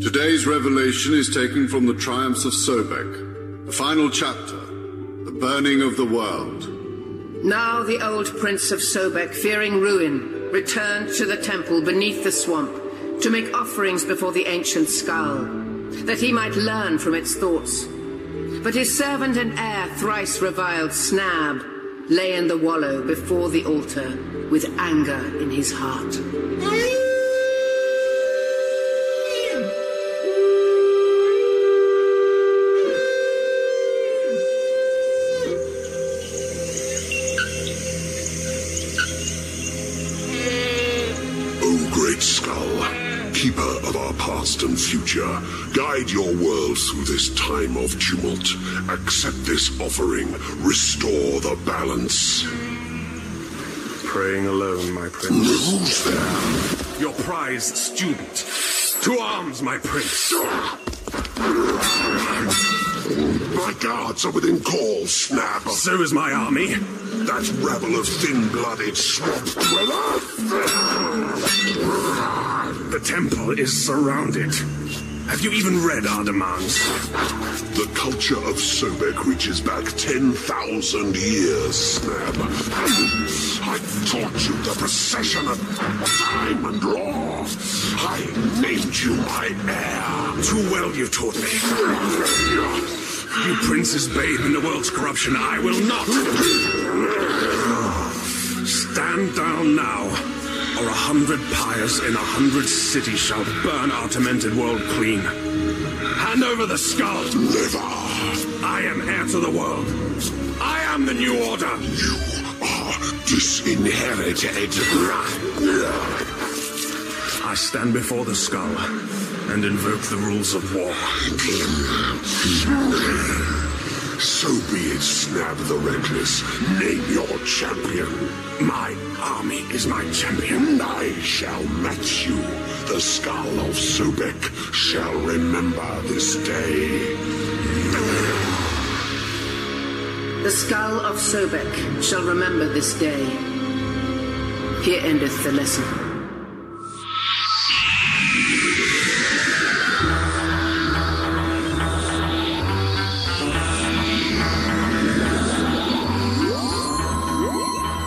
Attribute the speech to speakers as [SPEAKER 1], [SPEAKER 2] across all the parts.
[SPEAKER 1] Today's revelation is taken from the triumphs of Sobek, the final chapter, the burning of the world.
[SPEAKER 2] Now the old prince of Sobek, fearing ruin, returned to the temple beneath the swamp to make offerings before the ancient skull, that he might learn from its thoughts. But his servant and heir, thrice reviled Snab, lay in the wallow before the altar with anger in his heart.
[SPEAKER 3] O great skull, keeper of our past and future, guide your world through this time of tumult. Accept this offering, restore the balance.
[SPEAKER 4] Praying alone, my prince.
[SPEAKER 3] Who's there?
[SPEAKER 4] Your prized student. To arms, my prince.
[SPEAKER 3] My guards are within call, Snap.
[SPEAKER 4] So is my army.
[SPEAKER 3] That rabble of thin-blooded swamp dweller.
[SPEAKER 4] The temple is surrounded. Have you even read our demands?
[SPEAKER 3] The culture of Sobek reaches back 10,000 years, Snab. I taught you the procession of time and law. I named you my heir.
[SPEAKER 4] Too well you've taught me. You princes bathe in the world's corruption. I will not. Stand down now, or a hundred pyres in a hundred cities shall burn our tormented world clean. Hand over the skull.
[SPEAKER 3] Never.
[SPEAKER 4] I am heir to the world. I am the new order.
[SPEAKER 3] You are disinherited.
[SPEAKER 4] I stand before the skull and invoke the rules of war.
[SPEAKER 3] So be it, Snab the Reckless. Name your champion.
[SPEAKER 4] My army is my champion.
[SPEAKER 3] And I shall match you. The skull of Sobek shall remember this day.
[SPEAKER 2] The skull of Sobek shall remember this day. Here endeth the lesson.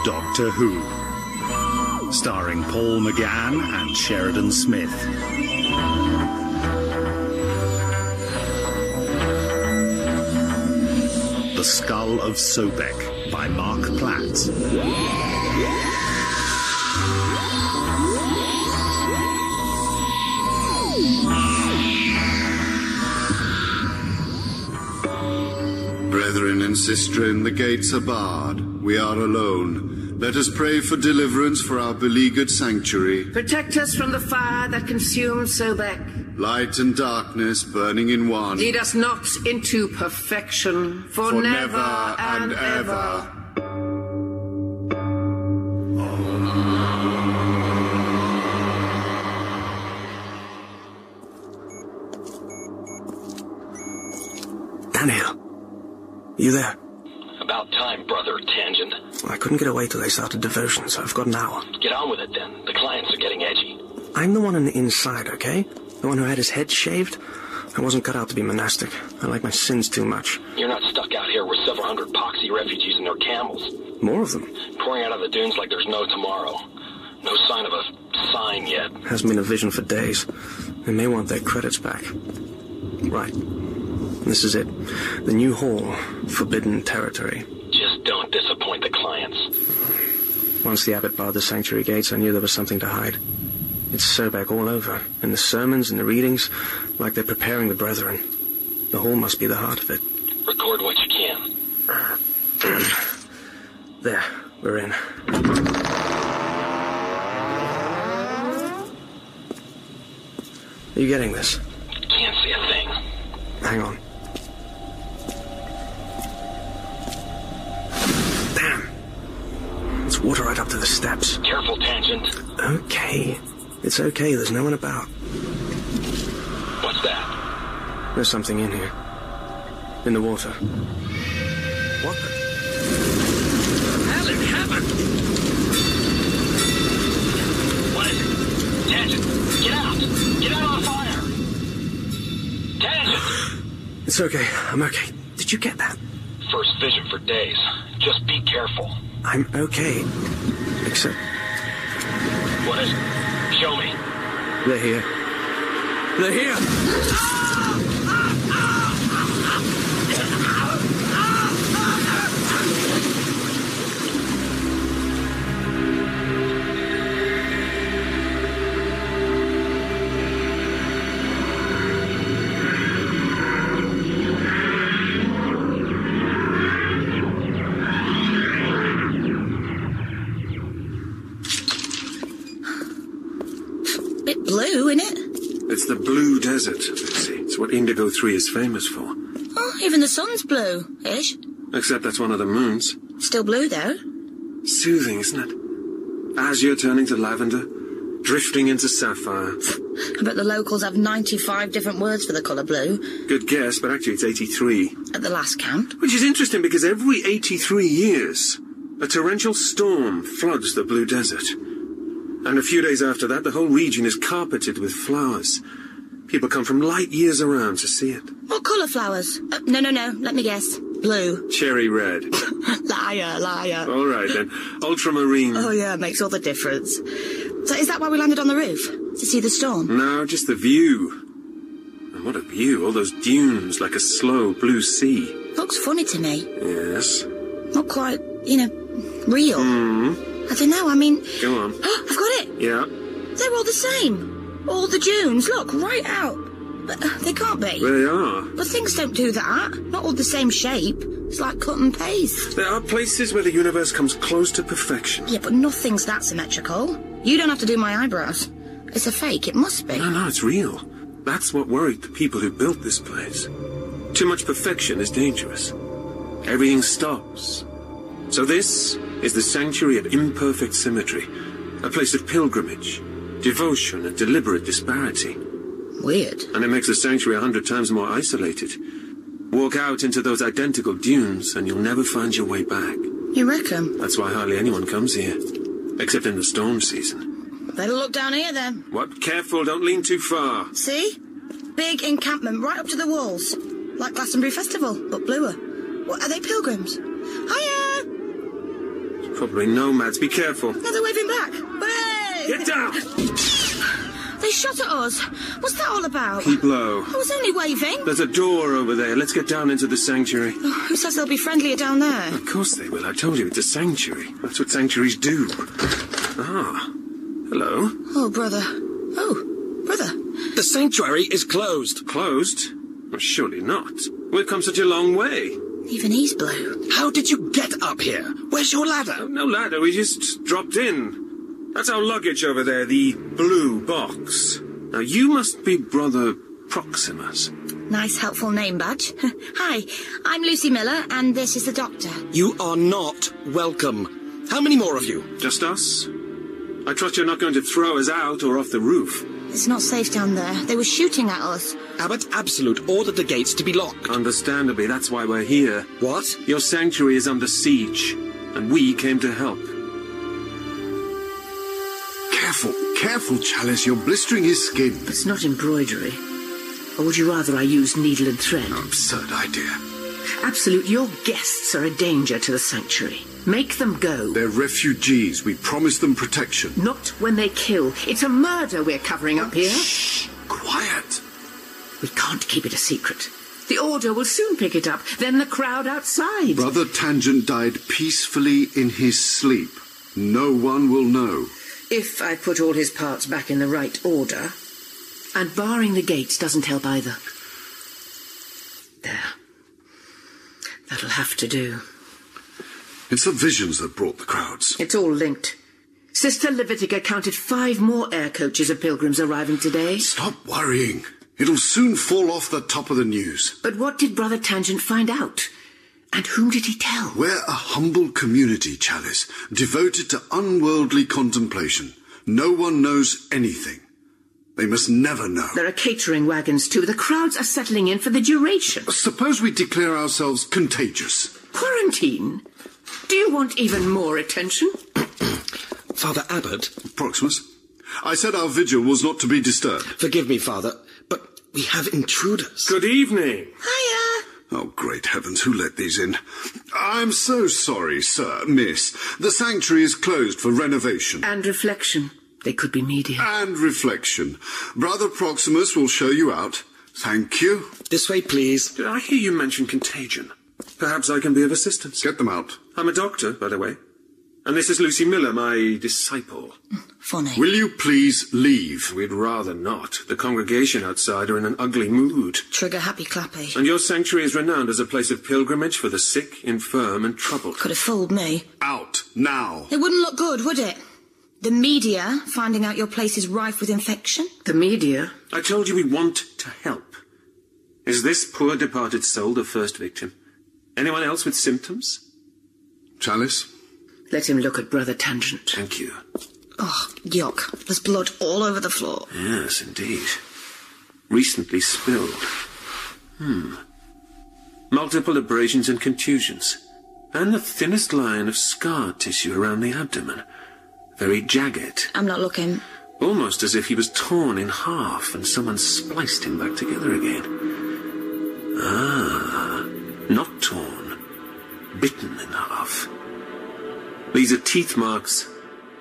[SPEAKER 5] Doctor Who. Starring Paul McGann and Sheridan Smith. The Skull of Sobek by Mark Platt.
[SPEAKER 1] Brethren and sistren, the gates are barred. We are alone. Let us pray for deliverance for our beleaguered sanctuary.
[SPEAKER 2] Protect us from the fire that consumes Sobek.
[SPEAKER 1] Light and darkness burning in one.
[SPEAKER 2] Lead us not into perfection, for,
[SPEAKER 1] for
[SPEAKER 2] never, and ever.
[SPEAKER 6] Daniel, you there?
[SPEAKER 7] About time, brother, tangent.
[SPEAKER 6] I couldn't get away till they started devotion, so I've got an hour.
[SPEAKER 7] Get on with it then. The clients are getting edgy.
[SPEAKER 6] I'm the one on the inside, okay? The one who had his head shaved. I wasn't cut out to be monastic. I like my sins too much.
[SPEAKER 7] You're not stuck out here with several hundred poxy refugees and their camels,
[SPEAKER 6] More of them.
[SPEAKER 7] pouring out of the dunes like there's no tomorrow. No sign of a sign yet.
[SPEAKER 6] Hasn't been a vision for days. They may want their credits back. Right. This is it. The new hall. Forbidden territory.
[SPEAKER 7] Just don't disappoint the clients.
[SPEAKER 6] Once the abbot barred the sanctuary gates, I knew there was something to hide. It's Sobek all over, in the sermons and the readings, like they're preparing the brethren. The hall must be the heart of it.
[SPEAKER 7] Record what you can.
[SPEAKER 6] There, we're in. Are you getting this?
[SPEAKER 7] Can't see a thing.
[SPEAKER 6] Hang on. Damn! It's water right up to the steps.
[SPEAKER 7] Careful, tangent.
[SPEAKER 6] Okay. It's okay, there's no one about.
[SPEAKER 7] What's that?
[SPEAKER 6] There's something in here. In the water. What the?
[SPEAKER 7] Hell in heaven! What is it? Tangent, get out! Get out of the fire!
[SPEAKER 6] It's okay. I'm okay. Did you get that?
[SPEAKER 7] First vision for days. Just be careful.
[SPEAKER 6] I'm okay. Except
[SPEAKER 7] What is it? Show me.
[SPEAKER 6] they're here. They're here!
[SPEAKER 8] Bit blue, innit?
[SPEAKER 9] It's the blue desert, Lucy. It's what Indigo 3 is famous for.
[SPEAKER 8] Oh, even the sun's blue ish.
[SPEAKER 9] Except that's one of the moons.
[SPEAKER 8] Still blue, though.
[SPEAKER 9] Soothing, isn't it? Azure turning to lavender, drifting into sapphire.
[SPEAKER 8] I bet the locals have 95 different words for the colour blue
[SPEAKER 9] Good guess, but actually it's 83.
[SPEAKER 8] at the last count.
[SPEAKER 9] Which is interesting because every 83 years, a torrential storm floods the blue desert. And a few days after that, the whole region is carpeted with flowers. People come from light years around to see it.
[SPEAKER 8] What colour flowers? Uh, no, no, no, let me guess. Blue.
[SPEAKER 9] Cherry red.
[SPEAKER 8] liar, liar.
[SPEAKER 9] All right then. Ultramarine.
[SPEAKER 8] Oh, yeah, makes all the difference. So is that why we landed on the roof? To see the storm?
[SPEAKER 9] No, just the view. And what a view. All those dunes like a slow blue sea.
[SPEAKER 8] Looks funny to me.
[SPEAKER 9] Yes. Mm-hmm.
[SPEAKER 8] Not quite, you know, real. I don't know, I mean...
[SPEAKER 9] Go on.
[SPEAKER 8] I've got it!
[SPEAKER 9] Yeah.
[SPEAKER 8] They're all the same. All the dunes, look, right out. But uh, they can't be.
[SPEAKER 9] They are.
[SPEAKER 8] But things don't do that. Not all the same shape. It's like cut and paste.
[SPEAKER 9] There are places where the universe comes close to perfection.
[SPEAKER 8] Yeah, but nothing's that symmetrical. You don't have to do my eyebrows. It's a fake, it must be.
[SPEAKER 9] No, no, it's real. That's what worried the people who built this place. Too much perfection is dangerous. Everything stops. So this is the sanctuary of imperfect symmetry, a place of pilgrimage, devotion, and deliberate disparity.
[SPEAKER 8] Weird.
[SPEAKER 9] and it makes the sanctuary a hundred times more isolated. Walk out into those identical dunes, and you'll never find your way back.
[SPEAKER 8] You reckon?
[SPEAKER 9] That's why hardly anyone comes here, except in the storm season.
[SPEAKER 8] Better look down here then.
[SPEAKER 9] What? Careful! Don't lean too far.
[SPEAKER 8] See? Big encampment right up to the walls. Like Glastonbury Festival, but bluer. What, are they pilgrims? Hiya!
[SPEAKER 9] Probably nomads. Be careful.
[SPEAKER 8] Now they're waving back. Hooray!
[SPEAKER 9] Get down!
[SPEAKER 8] They shot at us. What's that all about?
[SPEAKER 9] Keep low.
[SPEAKER 8] I was only waving. Oh,
[SPEAKER 9] There's a door over there. Let's get down into the sanctuary.
[SPEAKER 8] Who says they'll be friendlier down there?
[SPEAKER 9] Of course they will. I told you it's a sanctuary. That's what sanctuaries do. Ah. Hello.
[SPEAKER 8] Oh, brother. Oh, brother.
[SPEAKER 10] The sanctuary is closed.
[SPEAKER 9] Closed? Well, surely not. We've come such a long way.
[SPEAKER 8] Even he's blue.
[SPEAKER 10] How did you get up here? Where's your ladder?
[SPEAKER 9] Uh, No ladder, we just dropped in. That's our luggage over there, the blue box. Now you must be Brother Proximus.
[SPEAKER 8] Nice, helpful name badge. Hi, I'm Lucy Miller, and this is the doctor.
[SPEAKER 10] You are not welcome. How many more of you?
[SPEAKER 9] Just us? I trust you're not going to throw us out or off the roof.
[SPEAKER 8] It's not safe down there. They were shooting at us.
[SPEAKER 10] Abbot Absolute ordered the gates to be locked.
[SPEAKER 9] Understandably, that's why we're here.
[SPEAKER 10] What?
[SPEAKER 9] Your sanctuary is under siege, and we came to help.
[SPEAKER 1] Careful, careful, Chalice. You're blistering his skin.
[SPEAKER 2] It's not embroidery. Or would you rather I use needle and thread?
[SPEAKER 1] Absurd idea.
[SPEAKER 2] Absolute, your guests are a danger to the sanctuary. Make them go.
[SPEAKER 1] They're refugees. We promised them protection.
[SPEAKER 2] Not when they kill. It's a murder we're covering up here.
[SPEAKER 1] Quiet.
[SPEAKER 2] We can't keep it a secret. The Order will soon pick it up, then the crowd outside.
[SPEAKER 1] Brother Tangent died peacefully in his sleep. No one will know.
[SPEAKER 2] If I put all his parts back in the right order. And barring the gates doesn't help either. There. That'll have to do.
[SPEAKER 1] It's the visions that brought the crowds.
[SPEAKER 2] It's all linked. Sister Levitica counted five more air coaches of pilgrims arriving today.
[SPEAKER 1] Stop worrying. It'll soon fall off the top of the news.
[SPEAKER 2] But what did Brother Tangent find out? And whom did he tell?
[SPEAKER 1] We're a humble community, Chalice, devoted to unworldly contemplation. No one knows anything. They must never know.
[SPEAKER 2] There are catering wagons too. The crowds are settling in for the duration.
[SPEAKER 1] Suppose we declare ourselves contagious.
[SPEAKER 2] Quarantine? Do you want even more attention?
[SPEAKER 10] Father Abbot,
[SPEAKER 1] Proximus? I said our vigil was not to be disturbed.
[SPEAKER 10] forgive me, Father, but we have intruders.
[SPEAKER 9] Good evening.
[SPEAKER 8] Hiya!
[SPEAKER 1] Oh, great heavens, who let these in? I'm so sorry, sir, miss. The sanctuary is closed for renovation.
[SPEAKER 2] And reflection. They could be media.
[SPEAKER 1] And reflection. Brother Proximus will show you out. Thank you.
[SPEAKER 10] This way, please.
[SPEAKER 9] Did I hear you mention contagion? Perhaps I can be of assistance.
[SPEAKER 1] Get them out.
[SPEAKER 9] I'm a doctor, by the way. And this is Lucy Miller, my disciple.
[SPEAKER 8] Funny.
[SPEAKER 1] Will you please leave?
[SPEAKER 9] We'd rather not. The congregation outside are in an ugly mood.
[SPEAKER 8] Trigger happy clappy.
[SPEAKER 9] And your sanctuary is renowned as a place of pilgrimage for the sick, infirm, and troubled.
[SPEAKER 8] Could have fooled me.
[SPEAKER 1] Out now.
[SPEAKER 8] It wouldn't look good, would it? The media finding out your place is rife with infection?
[SPEAKER 2] The media?
[SPEAKER 9] I told you we want to help. Is this poor departed soul the first victim? Anyone else with symptoms?
[SPEAKER 1] Chalice?
[SPEAKER 2] Let him look at Brother Tangent.
[SPEAKER 9] Thank you.
[SPEAKER 8] Oh, yuck. There's blood all over the floor.
[SPEAKER 9] Yes, indeed. Recently spilled. Hmm. Multiple abrasions and contusions. And the thinnest line of scar tissue around the abdomen. Very jagged.
[SPEAKER 8] I'm not looking.
[SPEAKER 9] Almost as if he was torn in half and someone spliced him back together again. Ah, not torn, bitten in half. These are teeth marks,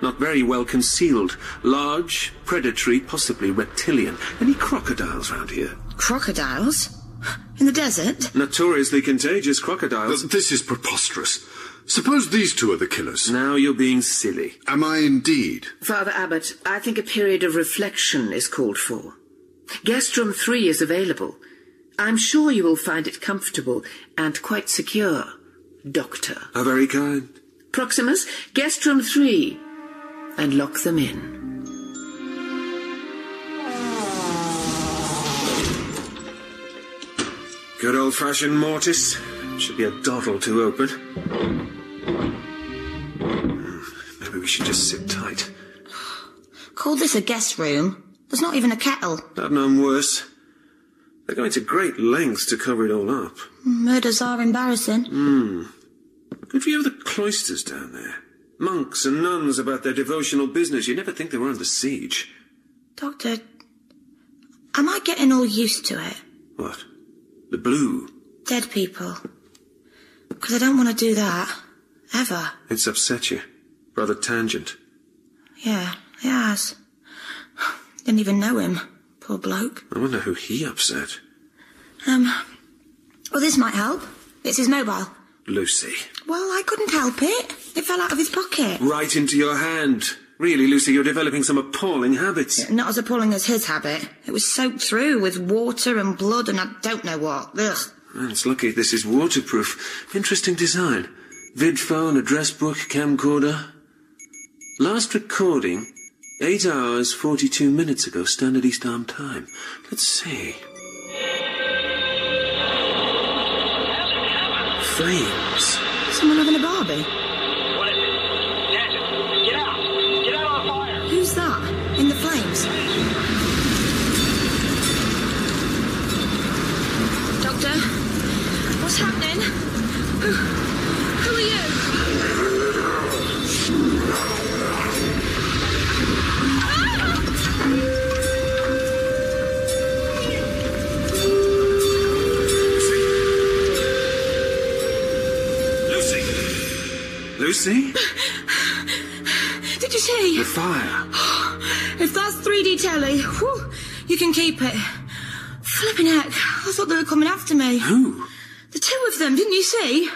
[SPEAKER 9] not very well concealed, large, predatory, possibly reptilian. Any crocodiles round here?
[SPEAKER 8] Crocodiles? In the desert?
[SPEAKER 9] Notoriously contagious crocodiles.
[SPEAKER 1] Th- This is preposterous. Suppose these two are the killers.
[SPEAKER 9] Now you're being silly.
[SPEAKER 1] Am I indeed?
[SPEAKER 2] Father Abbott, I think a period of reflection is called for. Guest room three is available. I'm sure you will find it comfortable and quite secure, Doctor.
[SPEAKER 9] How very kind.
[SPEAKER 2] Proximus, guest room three. And lock them in.
[SPEAKER 9] Good old-fashioned mortis. Should be a doddle to open. Hmm, Maybe we should just sit tight.
[SPEAKER 8] Call this a guest room? There's not even a kettle.
[SPEAKER 9] I've known worse. They're going to great lengths to cover it all up. Hmm.
[SPEAKER 8] Murders are embarrassing.
[SPEAKER 9] Good view of the cloisters down there. Monks and nuns about their devotional business. You'd never think they were under siege.
[SPEAKER 8] Doctor, am I getting all used to it?
[SPEAKER 9] What? The blue.
[SPEAKER 8] Dead people. Because I don't want to do that. Ever.
[SPEAKER 9] It's upset you. Brother Tangent.
[SPEAKER 8] Yeah, it has. Didn't even know him. Poor bloke.
[SPEAKER 9] I wonder who he upset.
[SPEAKER 8] Um, well, this might help. It's his mobile.
[SPEAKER 9] Lucy.
[SPEAKER 8] Well, I couldn't help it. It fell out of his pocket.
[SPEAKER 9] Right into your hand. Really, Lucy, you're developing some appalling habits.
[SPEAKER 8] Not as appalling as his habit. It was soaked through with water and blood and I don't know what. Ugh.
[SPEAKER 9] Well, Ah, it's lucky this is waterproof. Interesting design. Vid phone, address book, camcorder. Last recording, 8 hours 42 minutes ago, Standard East Arm Time. Let's see. Flames.
[SPEAKER 8] Someone having a barbie.
[SPEAKER 7] What is it? Tangent, get out! Get out on fire!
[SPEAKER 8] Who's that? In the flames. Doctor, what's happening? Who, who are you?
[SPEAKER 9] Lucy! Lucy?
[SPEAKER 8] Did you see?
[SPEAKER 9] the fire.
[SPEAKER 8] If that's 3D telly, whew, you can keep it. Flipping heck, I thought they were coming after me.
[SPEAKER 9] Who?
[SPEAKER 8] The two of them, didn't you see?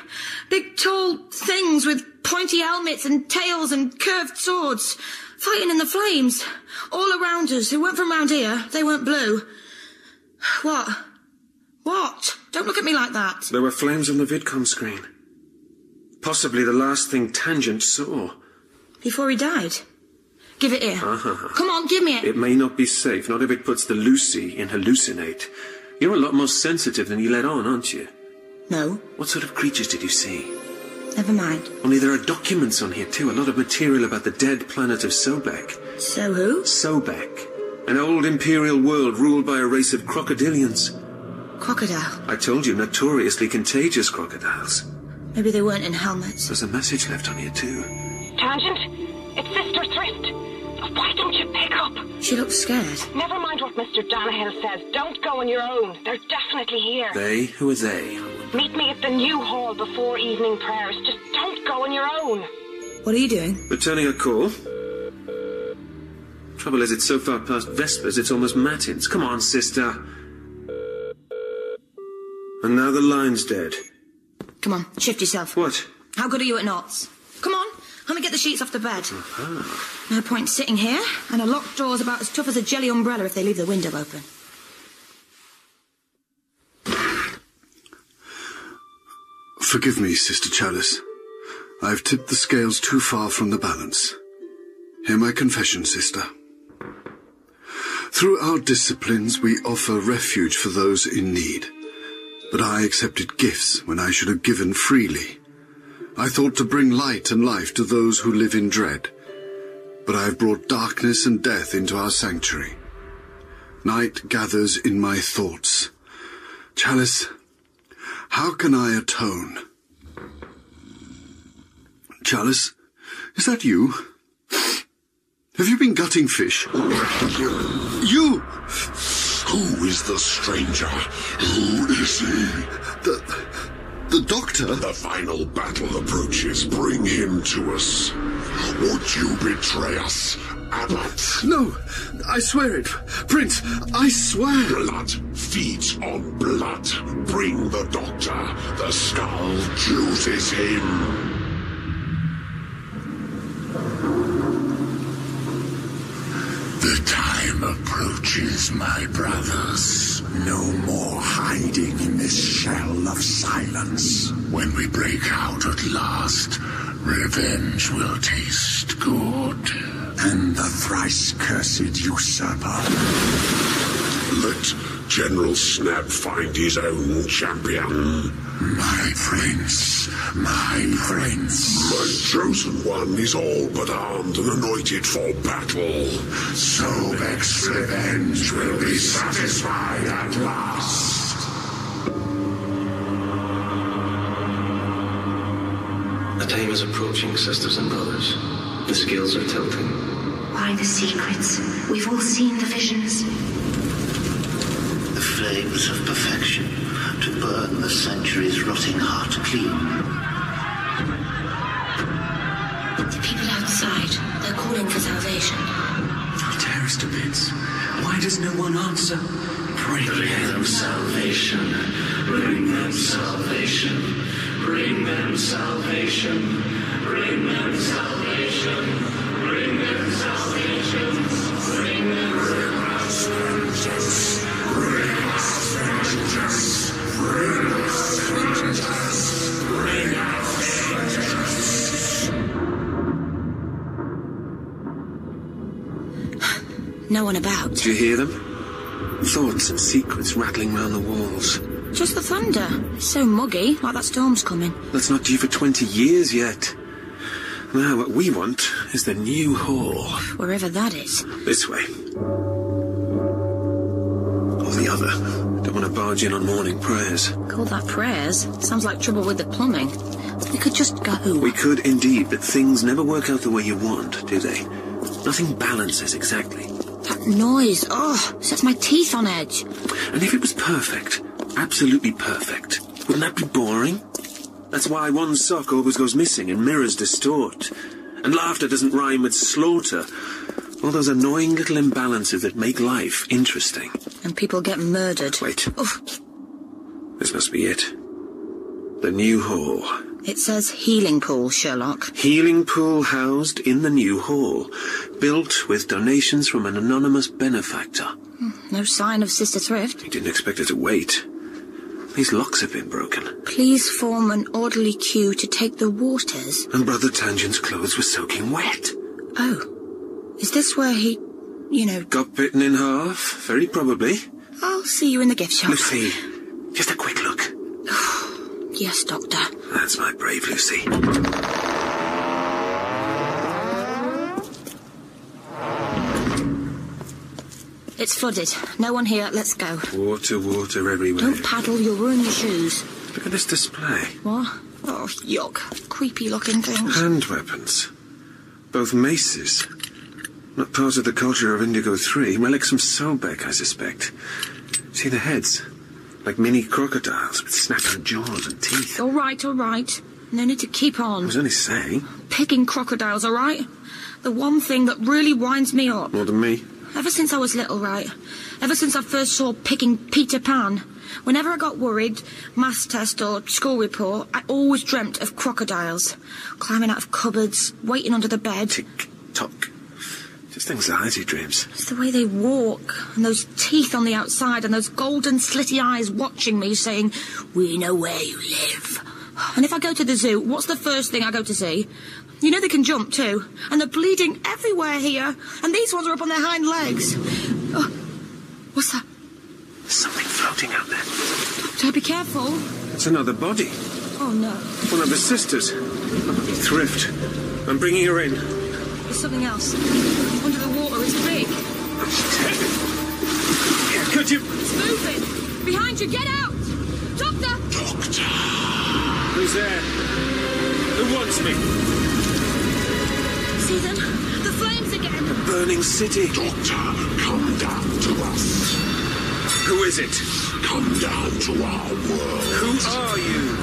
[SPEAKER 8] Big tall things with pointy helmets and tails and curved swords, fighting in the flames. All around us, who weren't from round here, they weren't blue. What? What? Don't look at me like that.
[SPEAKER 9] There were flames on the vidcom screen. Possibly the last thing Tangent saw.
[SPEAKER 8] Before he died. Give it here.
[SPEAKER 9] Uh-huh.
[SPEAKER 8] Come on, give me it.
[SPEAKER 9] It may not be safe, not if it puts the Lucy in hallucinate. You're a lot more sensitive than you let on, aren't you?
[SPEAKER 8] No,
[SPEAKER 9] What sort of creatures did you see?
[SPEAKER 8] never mind.
[SPEAKER 9] Only there are documents on here too, a lot of material about the dead planet of Sobek.
[SPEAKER 8] So who?
[SPEAKER 9] Sobek, an old imperial world ruled by a race of crocodilians.
[SPEAKER 8] Crocodile.
[SPEAKER 9] I told you, notoriously contagious crocodiles.
[SPEAKER 8] Maybe they weren't in helmets.
[SPEAKER 9] There's a message left on here too.
[SPEAKER 11] Tangent, it's Sister Thrift. Why don't you pick up?
[SPEAKER 8] She looked scared.
[SPEAKER 11] Never mind what Mr. Danahill says. Don't go on your own. Oh, They're definitely here.
[SPEAKER 9] They? Who are they? I wonder.
[SPEAKER 11] Meet me at the new hall before evening prayers. Just don't go on your own.
[SPEAKER 8] What are you doing?
[SPEAKER 9] Returning a call? Trouble is, it's so far past Vespers, it's almost matins. Come on, sister. And now the line's dead.
[SPEAKER 8] Come on, shift yourself.
[SPEAKER 9] What?
[SPEAKER 8] How good are you at knots? Come on, let me get the sheets off the bed.
[SPEAKER 12] Mm-hmm.
[SPEAKER 8] No point sitting here, and a locked door's about as tough as a jelly umbrella if they leave the window open.
[SPEAKER 1] Forgive me, Sister Chalice. I've tipped the scales too far from the balance. Hear my confession, Sister. Through our disciplines, we offer refuge for those in need. But I accepted gifts when I should have given freely. I thought to bring light and life to those who live in dread. But I have brought darkness and death into our sanctuary. Night gathers in my thoughts. Chalice, how can I atone? Chalice, is that you? Have you been gutting fish? You!
[SPEAKER 3] Who is the stranger? Who is he?
[SPEAKER 1] The, the doctor?
[SPEAKER 3] The final battle approaches. Bring him to us. Would you betray us, Abbot?
[SPEAKER 1] No, I swear it. Prince, I swear.
[SPEAKER 3] Blood feeds on blood. Bring the doctor. The skull chooses him. The time approaches, my brothers. No more hiding in this shell of silence. When we break out at last, revenge will taste good. And the thrice cursed usurper. Let General Snap find his own champion. My prince, my prince. My chosen one is all but armed and anointed for battle. Sobek's revenge will be satisfied at last.
[SPEAKER 6] The time is approaching, sisters and brothers. The scales are tilting.
[SPEAKER 13] Why the secrets? We've all seen the visions.
[SPEAKER 14] The flames of perfection to burn the century's rotting heart clean.
[SPEAKER 13] The people outside, they're calling for salvation.
[SPEAKER 12] They'll tear us to bits. Why does no one answer? Pray
[SPEAKER 15] Bring them salvation. Bring them salvation. Bring them salvation. Bring them salvation. Bring them salvation. Bring them salvation. Bring us vengeance. Bring us vengeance. Bring us vengeance.
[SPEAKER 8] No one about.
[SPEAKER 9] Do you hear them? Thoughts and secrets rattling round the walls.
[SPEAKER 8] Just the thunder. It's so muggy, like that storm's coming.
[SPEAKER 9] That's not due for 20 years yet. Now, what we want is the new hall.
[SPEAKER 8] Wherever that is.
[SPEAKER 9] This way. Or the other. Don't want to barge in on morning prayers.
[SPEAKER 8] Call that prayers? Sounds like trouble with the plumbing. We could just go.
[SPEAKER 9] We could indeed, but things never work out the way you want, do they? Nothing balances exactly.
[SPEAKER 8] That noise, oh, sets my teeth on edge.
[SPEAKER 9] And if it was perfect, absolutely perfect, wouldn't that be boring? That's why one sock always goes missing and mirrors distort. And laughter doesn't rhyme with slaughter. All those annoying little imbalances that make life interesting.
[SPEAKER 8] And people get murdered.
[SPEAKER 9] Wait.
[SPEAKER 8] Oh,
[SPEAKER 9] This must be it. The new hall.
[SPEAKER 8] it says healing pool, Sherlock.
[SPEAKER 9] Healing pool housed in the new hall, built with donations from an anonymous benefactor.
[SPEAKER 8] Hmm, No sign of Sister Thrift.
[SPEAKER 9] He didn't expect her to wait. These locks have been broken,
[SPEAKER 8] Please form an orderly queue to take the waters.
[SPEAKER 9] and Brother Tangent's clothes were soaking wet.
[SPEAKER 8] Oh, is this where he, you know?
[SPEAKER 9] Got bitten in half, very probably.
[SPEAKER 8] I'll see you in the gift shop.
[SPEAKER 9] Lucy, just a quick look.
[SPEAKER 8] Yes, Doctor.
[SPEAKER 9] That's my brave Lucy.
[SPEAKER 8] It's flooded. No one here. Let's go.
[SPEAKER 9] Water, water everywhere.
[SPEAKER 8] Don't paddle. You'll ruin your shoes.
[SPEAKER 9] Look at this display.
[SPEAKER 8] What? Oh, yuck. Creepy looking things.
[SPEAKER 9] Hand weapons. Both maces. Not part of the culture of Indigo 3. Relics from Solbeck, I suspect. See the heads? like mini crocodiles with snapping jaws and teeth.
[SPEAKER 8] All right, all right. No need to keep
[SPEAKER 9] I
[SPEAKER 8] on.
[SPEAKER 9] was only saying.
[SPEAKER 8] Picking crocodiles, all right? The one thing that really winds me up.
[SPEAKER 9] More than me.
[SPEAKER 8] Ever since I was little, right? Ever since I first saw Picking Peter Pan, whenever I got worried, maths test or school report, I always dreamt of crocodiles. Climbing out of cupboards, waiting under the bed.
[SPEAKER 9] Tock. Just anxiety dreams.
[SPEAKER 8] It's the way they walk, and those teeth on the outside, and those golden slitty eyes watching me saying, We know where you live. And if I go to the zoo, what's the first thing I go to see? You know they can jump too, and they're bleeding everywhere here, and these ones are up on their hind legs. Oh, what's that?
[SPEAKER 9] Something floating out there.
[SPEAKER 8] Doctor, be careful.
[SPEAKER 9] It's another body.
[SPEAKER 8] Oh no,
[SPEAKER 9] One of his sisters. Thrift. I'm bringing her in.
[SPEAKER 8] there's something else. Under the water, it's big.
[SPEAKER 9] Could you?
[SPEAKER 8] It's moving. Behind you, get out! Doctor!
[SPEAKER 9] Who's there? Who wants me?
[SPEAKER 8] Susan, the flames again!
[SPEAKER 9] Burning city.
[SPEAKER 3] Doctor, come down to us.
[SPEAKER 9] Who is it?
[SPEAKER 3] Come down to our world.
[SPEAKER 9] Who are you?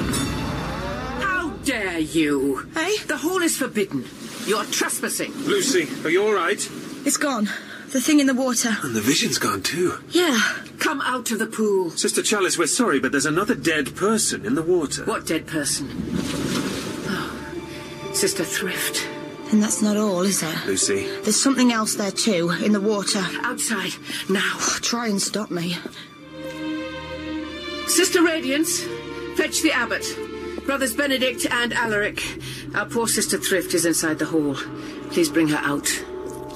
[SPEAKER 2] How dare you?
[SPEAKER 8] Hey?
[SPEAKER 2] The hall is forbidden. You're trespassing.
[SPEAKER 9] Lucy, are you all right?
[SPEAKER 8] It's gone. The thing in the water.
[SPEAKER 9] And the vision's gone too.
[SPEAKER 8] Yeah.
[SPEAKER 2] Come out of the pool.
[SPEAKER 9] Sister Chalice, we're sorry, but there's another dead person in the water.
[SPEAKER 2] What dead person? Oh, Sister Thrift.
[SPEAKER 8] And that's not all, is it?
[SPEAKER 9] Lucy.
[SPEAKER 8] There's something else there too, in the water.
[SPEAKER 2] Outside, now.
[SPEAKER 8] Try and stop me.
[SPEAKER 2] Sister Radiance, fetch the abbot. Brothers Benedict and Alaric. Our poor Sister Thrift is inside the hall. Please bring her out.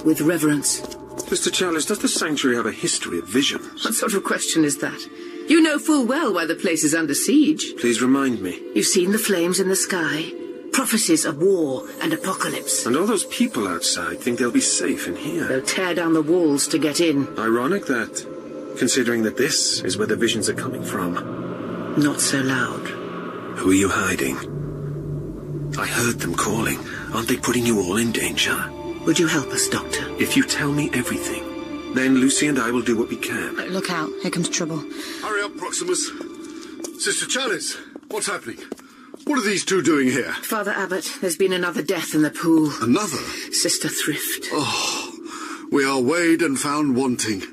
[SPEAKER 2] With reverence.
[SPEAKER 9] Sister Chalice, does the sanctuary have a history of visions?
[SPEAKER 2] What sort of question is that? You know full well why the place is under siege.
[SPEAKER 9] Please remind me.
[SPEAKER 2] You've seen the flames in the sky, prophecies of war and apocalypse.
[SPEAKER 9] And all those people outside think they'll be safe in here.
[SPEAKER 2] They'll tear down the walls to get in.
[SPEAKER 9] Ironic that, considering that this is where the visions are coming from.
[SPEAKER 2] Not so loud.
[SPEAKER 9] Who are you hiding? I heard them calling. Aren't they putting you all in danger?
[SPEAKER 2] Would you help us, Doctor?
[SPEAKER 9] If you tell me everything, then Lucy and I will do what we can.
[SPEAKER 8] Look out, here comes trouble.
[SPEAKER 1] Hurry up, Proximus. Sister Chalice, what's happening? What are these two doing here?
[SPEAKER 2] Father Abbot, there's been another death in the pool.
[SPEAKER 1] Another?
[SPEAKER 2] Sister Thrift.
[SPEAKER 1] Oh, We are weighed and found wanting.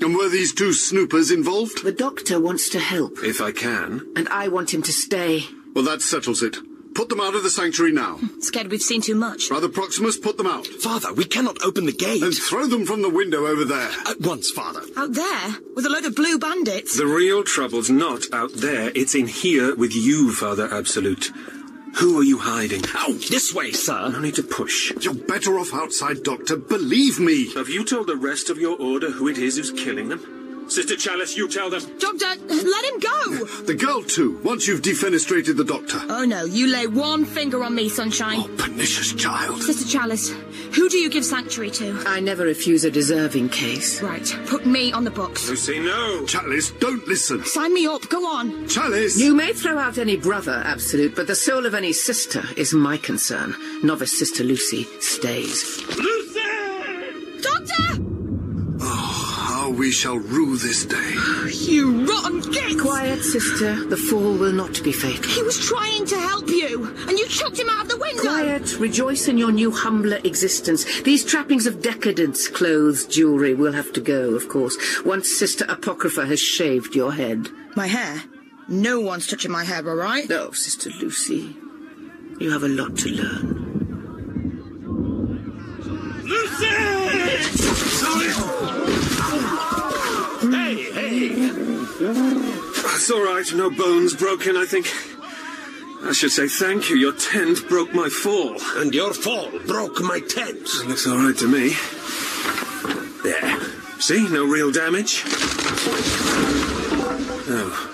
[SPEAKER 1] And were these two snoopers involved?
[SPEAKER 2] The doctor wants to help,
[SPEAKER 9] If I can.
[SPEAKER 2] and I want him to stay.
[SPEAKER 1] Well, that settles it. Put them out of the sanctuary now.
[SPEAKER 8] Scared we've seen too much.
[SPEAKER 1] Brother Proximus, put them out.
[SPEAKER 10] Father, we cannot open the gate.
[SPEAKER 1] And throw them from the window over there.
[SPEAKER 10] At once, Father.
[SPEAKER 8] Out there, with a load of blue bandits.
[SPEAKER 9] The real trouble's not out there, it's in here with you, Father Absolute. Who are you hiding?
[SPEAKER 10] Oh, this way, sir.
[SPEAKER 9] No need to push.
[SPEAKER 1] You're better off outside, Doctor. Believe me.
[SPEAKER 9] Have you told the rest of your order who it is who's killing them? Sister Chalice, you tell them.
[SPEAKER 8] Doctor, let him go!
[SPEAKER 1] The girl, too, once you've defenestrated the Doctor.
[SPEAKER 8] Oh no, you lay one finger on me, sunshine.
[SPEAKER 1] Oh, pernicious child.
[SPEAKER 8] Sister Chalice, who do you give sanctuary to?
[SPEAKER 2] I never refuse a deserving case.
[SPEAKER 8] Right, put me on the books.
[SPEAKER 9] Lucy, no.
[SPEAKER 1] Chalice, don't listen.
[SPEAKER 8] Sign me up, go on.
[SPEAKER 1] Chalice!
[SPEAKER 2] You may throw out any brother, Absolute, but the soul of any sister is my concern. Novice Sister Lucy stays.
[SPEAKER 8] Doctor!
[SPEAKER 1] Oh, How we shall rue this day.
[SPEAKER 8] You rotten git!
[SPEAKER 2] Quiet, Sister. The fall will not be fatal.
[SPEAKER 8] He was trying to help you, and you chucked him out of the window!
[SPEAKER 2] Quiet, rejoice in your new humbler existence. These trappings of decadence, clothes, jewelry, will have to go, of course, once Sister Apocrypha has shaved your head.
[SPEAKER 8] My hair? No one's touching my hair, alright?
[SPEAKER 2] No, Sister Lucy, you have a lot to learn.
[SPEAKER 9] That's all right. No bones broken, I think. I should say thank you. Your tent broke my fall.
[SPEAKER 10] And your fall broke my tents.
[SPEAKER 9] Looks all right to me. There. See? No real damage. Oh.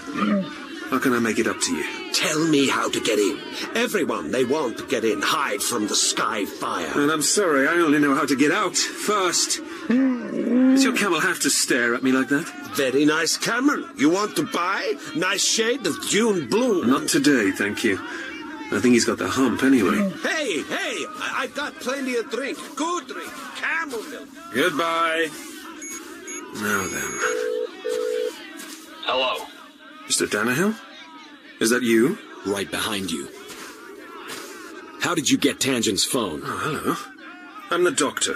[SPEAKER 9] How can I make it up to you?
[SPEAKER 10] Tell me how to get in. Everyone they won't get in hide from the sky fire.
[SPEAKER 9] And I'm sorry, I only know how to get out. First. Does your camel have to stare at me like that?
[SPEAKER 10] Very nice camel. You want to buy? Nice shade of June blue.
[SPEAKER 9] Not today, thank you. I think he's got the hump anyway.
[SPEAKER 10] Hey, hey, I- I've got plenty of drink. Good drink. Camel milk.
[SPEAKER 9] Goodbye. Now then.
[SPEAKER 7] Hello.
[SPEAKER 9] Mr. Danahill? Is that you?
[SPEAKER 16] Right behind you. How did you get Tangent's phone?
[SPEAKER 9] Oh, hello. I'm the doctor.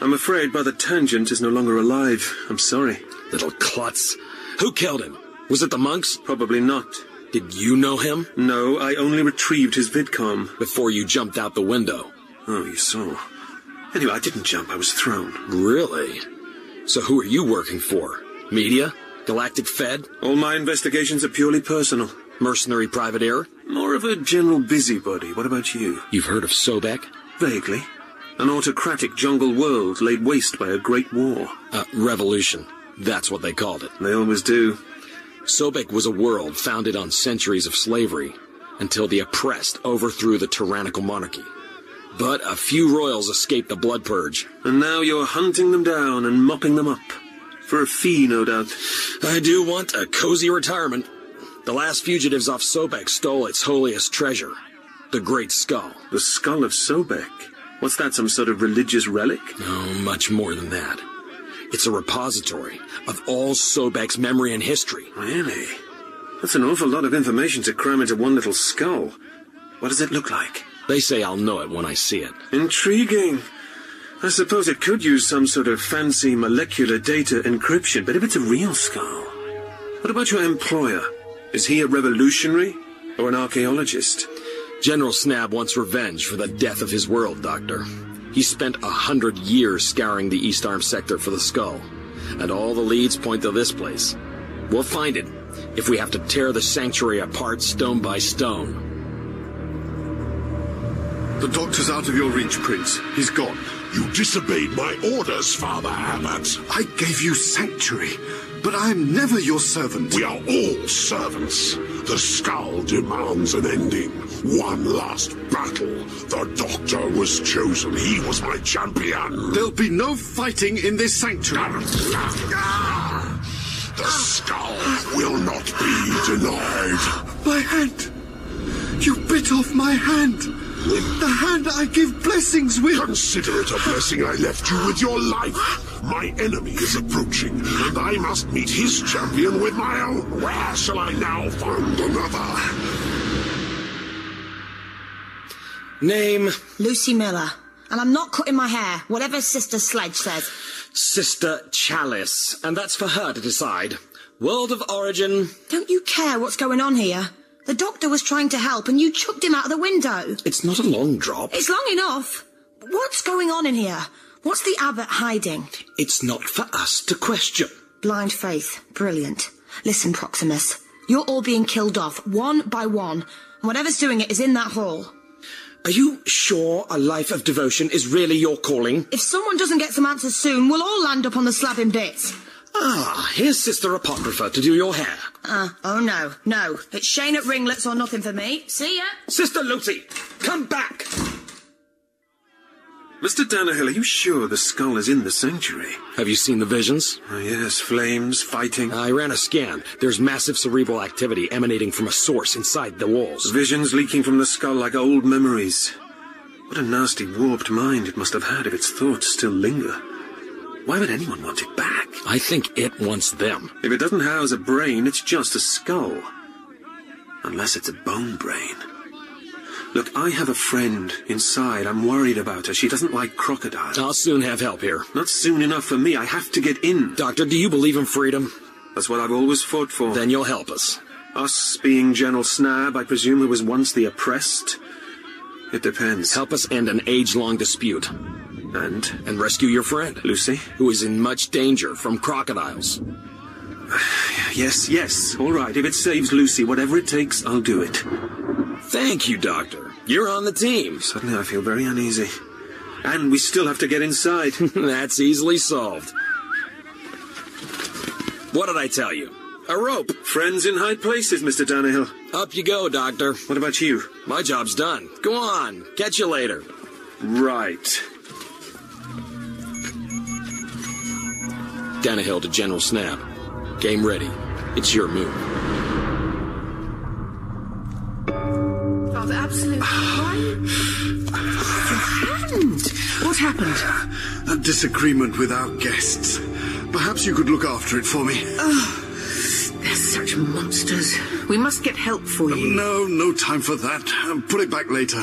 [SPEAKER 9] I'm afraid Brother Tangent is no longer alive. I'm sorry.
[SPEAKER 16] Little klutz. Who killed him? Was it the monks?
[SPEAKER 9] Probably not.
[SPEAKER 16] Did you know him?
[SPEAKER 9] No, I only retrieved his vidcom.
[SPEAKER 16] Before you jumped out the window.
[SPEAKER 9] Oh, you saw. Anyway, I didn't jump. I was thrown.
[SPEAKER 16] Really? So who are you working for? Media? Galactic Fed?
[SPEAKER 9] All my investigations are purely personal.
[SPEAKER 16] Mercenary private air?
[SPEAKER 9] More of a general busybody. What about you?
[SPEAKER 16] You've heard of Sobek?
[SPEAKER 9] Vaguely. An autocratic jungle world laid waste by a great war.
[SPEAKER 16] Uh, revolution. That's what they called it.
[SPEAKER 9] They always do.
[SPEAKER 16] Sobek was a world founded on centuries of slavery until the oppressed overthrew the tyrannical monarchy. But a few royals escaped the blood purge.
[SPEAKER 9] And now you're hunting them down and mopping them up. For a fee, no doubt.
[SPEAKER 16] I do want a cozy retirement. The last fugitives off Sobek stole its holiest treasure, the Great Skull.
[SPEAKER 9] The skull of Sobek? What's that, some sort of religious relic?
[SPEAKER 16] Oh, much more than that. It's a repository of all Sobek's memory and history.
[SPEAKER 9] Really? That's an awful lot of information to cram into one little skull. What does it look like?
[SPEAKER 16] They say I'll know it when I see it.
[SPEAKER 9] Intriguing. I suppose it could use some sort of fancy molecular data encryption, but if it's a real skull. What about your employer? Is he a revolutionary or an archaeologist?
[SPEAKER 16] General Snab wants revenge for the death of his world, Doctor. He spent a hundred years scouring the East Arm sector for the skull, and all the leads point to this place. We'll find it if we have to tear the sanctuary apart stone by stone.
[SPEAKER 1] The doctor's out of your reach, Prince. He's gone.
[SPEAKER 3] You disobeyed my orders, Father Hammett.
[SPEAKER 1] I gave you sanctuary, but I am never your servant.
[SPEAKER 3] We are all servants. The skull demands an ending. One last battle. The doctor was chosen. He was my champion.
[SPEAKER 1] There'll be no fighting in this sanctuary.
[SPEAKER 3] The skull will not be denied.
[SPEAKER 1] My hand. You bit off my hand. The hand I give blessings with.
[SPEAKER 3] Consider it a blessing I left you with your life. My enemy is approaching, and I must meet his champion with my own. Where shall I now find another?
[SPEAKER 16] Name
[SPEAKER 8] Lucy Miller, and I'm not cutting my hair, whatever Sister Sledge says.
[SPEAKER 16] Sister Chalice, and that's for her to decide. World of origin.
[SPEAKER 8] Don't you care what's going on here? The doctor was trying to help and you chucked him out of the window.
[SPEAKER 16] It's not a long drop.
[SPEAKER 8] It's long enough. What's going on in here? What's the abbot hiding?
[SPEAKER 16] It's not for us to question.
[SPEAKER 8] Blind faith. Brilliant. Listen, Proximus. You're all being killed off, one by one. And whatever's doing it is in that hall.
[SPEAKER 16] Are you sure a life of devotion is really your calling?
[SPEAKER 8] If someone doesn't get some answers soon, we'll all land up on the slab in bits.
[SPEAKER 16] Ah, here's Sister Apocrypha to do your hair.
[SPEAKER 8] Ah, uh, oh no, no. It's Shane at Ringlets or nothing for me. See ya.
[SPEAKER 16] Sister Lucy, come back.
[SPEAKER 9] Mr. Danahill, are you sure the skull is in the sanctuary?
[SPEAKER 16] Have you seen the visions?
[SPEAKER 9] Oh, yes, flames, fighting.
[SPEAKER 16] I ran a scan. There's massive cerebral activity emanating from a source inside the walls.
[SPEAKER 9] Visions leaking from the skull like old memories. What a nasty, warped mind it must have had if its thoughts still linger. Why would anyone want it back?
[SPEAKER 16] I think it wants them.
[SPEAKER 9] If it doesn't house a brain, it's just a skull. Unless it's a bone brain. Look, I have a friend inside. I'm worried about her. She doesn't like crocodiles.
[SPEAKER 16] I'll soon have help here.
[SPEAKER 9] Not soon enough for me. I have to get in.
[SPEAKER 16] Doctor, do you believe in freedom?
[SPEAKER 9] That's what I've always fought for.
[SPEAKER 16] Then you'll help us.
[SPEAKER 9] Us being General Snab, I presume, who was once the oppressed? It depends.
[SPEAKER 16] Help us end an age long dispute.
[SPEAKER 9] And?
[SPEAKER 16] And rescue your friend.
[SPEAKER 9] Lucy?
[SPEAKER 16] Who is in much danger from crocodiles.
[SPEAKER 9] yes, yes. All right. If it saves Lucy, whatever it takes, I'll do it.
[SPEAKER 16] Thank you, Doctor. You're on the team.
[SPEAKER 9] Suddenly I feel very uneasy. And we still have to get inside.
[SPEAKER 16] That's easily solved. What did I tell you? A rope.
[SPEAKER 9] Friends in high places, Mr. Danahill.
[SPEAKER 16] Up you go, Doctor.
[SPEAKER 9] What about you?
[SPEAKER 16] My job's done. Go on. Catch you later.
[SPEAKER 9] Right.
[SPEAKER 16] Danahill to General Snap. Game ready. It's your move.
[SPEAKER 2] Of absolute hand. What happened?
[SPEAKER 1] A disagreement with our guests. Perhaps you could look after it for me.
[SPEAKER 2] Oh. Such monsters. We must get help for you.
[SPEAKER 1] No, no time for that. Uh, Put it back later.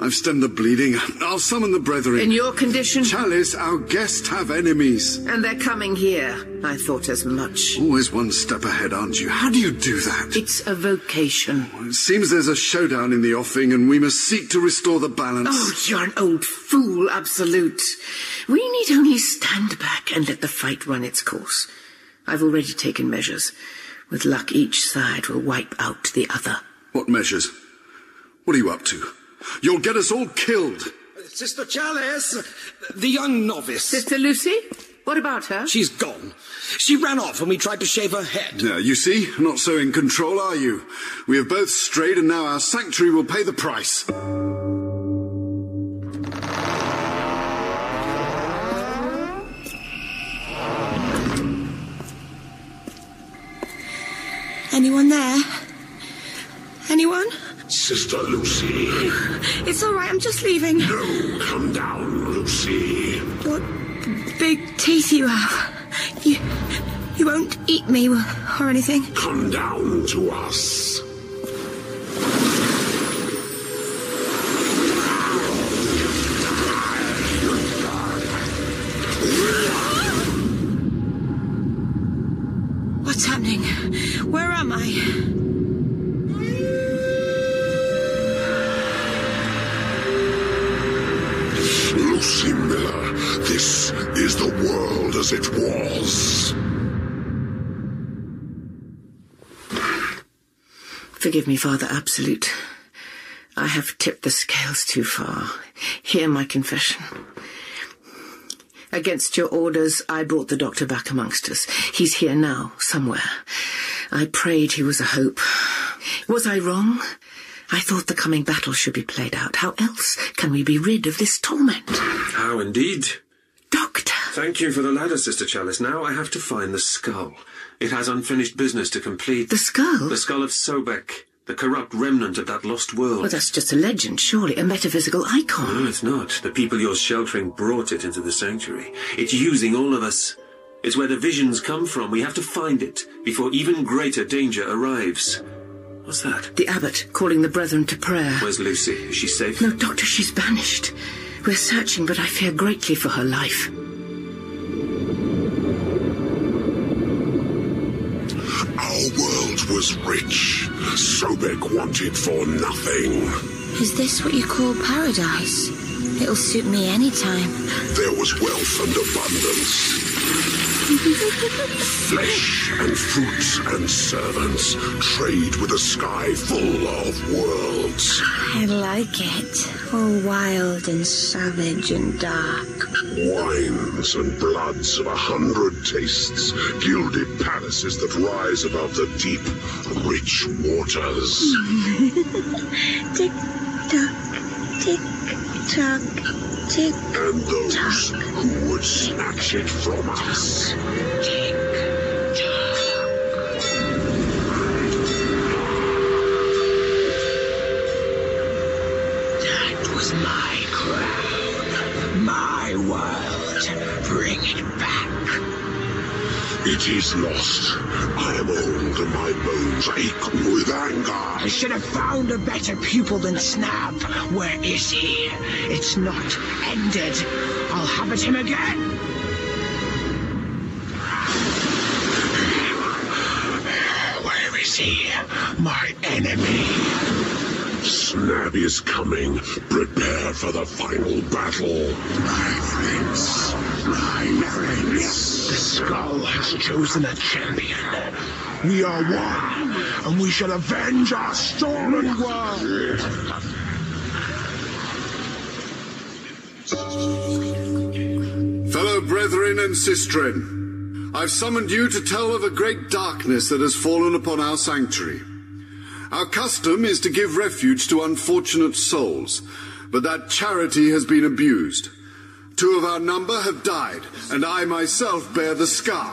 [SPEAKER 1] I've stemmed the bleeding. I'll summon the brethren.
[SPEAKER 2] In your condition?
[SPEAKER 1] Chalice, our guests have enemies.
[SPEAKER 2] And they're coming here. I thought as much.
[SPEAKER 1] Always one step ahead, aren't you? How do you do that?
[SPEAKER 2] It's a vocation.
[SPEAKER 1] It seems there's a showdown in the offing, and we must seek to restore the balance.
[SPEAKER 2] Oh, you're an old fool, absolute. We need only stand back and let the fight run its course. I've already taken measures. With luck, each side will wipe out the other.
[SPEAKER 1] What measures? What are you up to? You'll get us all killed.
[SPEAKER 17] Sister Chalice, the young novice.
[SPEAKER 2] Sister Lucy? What about her?
[SPEAKER 17] She's gone. She ran off when we tried to shave her head.
[SPEAKER 1] Yeah, you see, not so in control, are you? We have both strayed, and now our sanctuary will pay the price.
[SPEAKER 8] Anyone there? Anyone?
[SPEAKER 3] Sister Lucy.
[SPEAKER 8] It's all right, I'm just leaving.
[SPEAKER 3] No, come down, Lucy.
[SPEAKER 8] What big teeth you have. You, you won't eat me or or anything.
[SPEAKER 3] Come down to us.
[SPEAKER 8] What's happening? Where am I?
[SPEAKER 3] Lucy Miller, this is the world as it was.
[SPEAKER 2] Forgive me, Father Absolute. I have tipped the scales too far. Hear my confession. Against your orders, I brought the doctor back amongst us. He's here now, somewhere. I prayed he was a hope. Was I wrong? I thought the coming battle should be played out. How else can we be rid of this torment?
[SPEAKER 9] How Ah, indeed?
[SPEAKER 2] Doctor!
[SPEAKER 9] Thank you for the ladder, Sister Chalice. Now I have to find the skull. It has unfinished business to complete.
[SPEAKER 2] The skull?
[SPEAKER 9] The skull of Sobek, the corrupt remnant of that lost world.
[SPEAKER 2] Well, that's just a legend, surely, a metaphysical icon.
[SPEAKER 9] No, it's not. The people you're sheltering brought it into the sanctuary. It's using all of us. It's where the visions come from. We have to find it before even greater danger arrives. What's that?
[SPEAKER 2] The abbot calling the brethren to prayer.
[SPEAKER 9] Where's Lucy? Is she safe?
[SPEAKER 2] No, Doctor, she's banished. We're searching, but I fear greatly for her life.
[SPEAKER 3] Our world was rich. Sobek wanted for nothing.
[SPEAKER 13] Is this what you call paradise? It'll suit me any time.
[SPEAKER 3] There was wealth and abundance, flesh and fruit and servants, trade with a sky full of worlds.
[SPEAKER 13] I like it. All wild and savage and dark.
[SPEAKER 3] Wines and bloods of a hundred tastes, gilded palaces that rise above the deep, rich waters.
[SPEAKER 13] Tick tock, tick tock, tick
[SPEAKER 3] And those who would snatch it from us.
[SPEAKER 15] That was my crown, my world. Bring it back.
[SPEAKER 3] It is lost. I am old and my bones ache with anger.
[SPEAKER 15] I should have found a better pupil than Snap. Where is he? It's not ended. I'll have at him again. Where is he? My enemy.
[SPEAKER 3] Snab is coming. Prepare for the final battle.
[SPEAKER 15] My friends, my friends. The skull has chosen a champion. We are one, and we shall avenge our stolen world.
[SPEAKER 1] Fellow brethren and sistren, I've summoned you to tell of a great darkness that has fallen upon our sanctuary. Our custom is to give refuge to unfortunate souls, but that charity has been abused. Two of our number have died, and I myself bear the scar.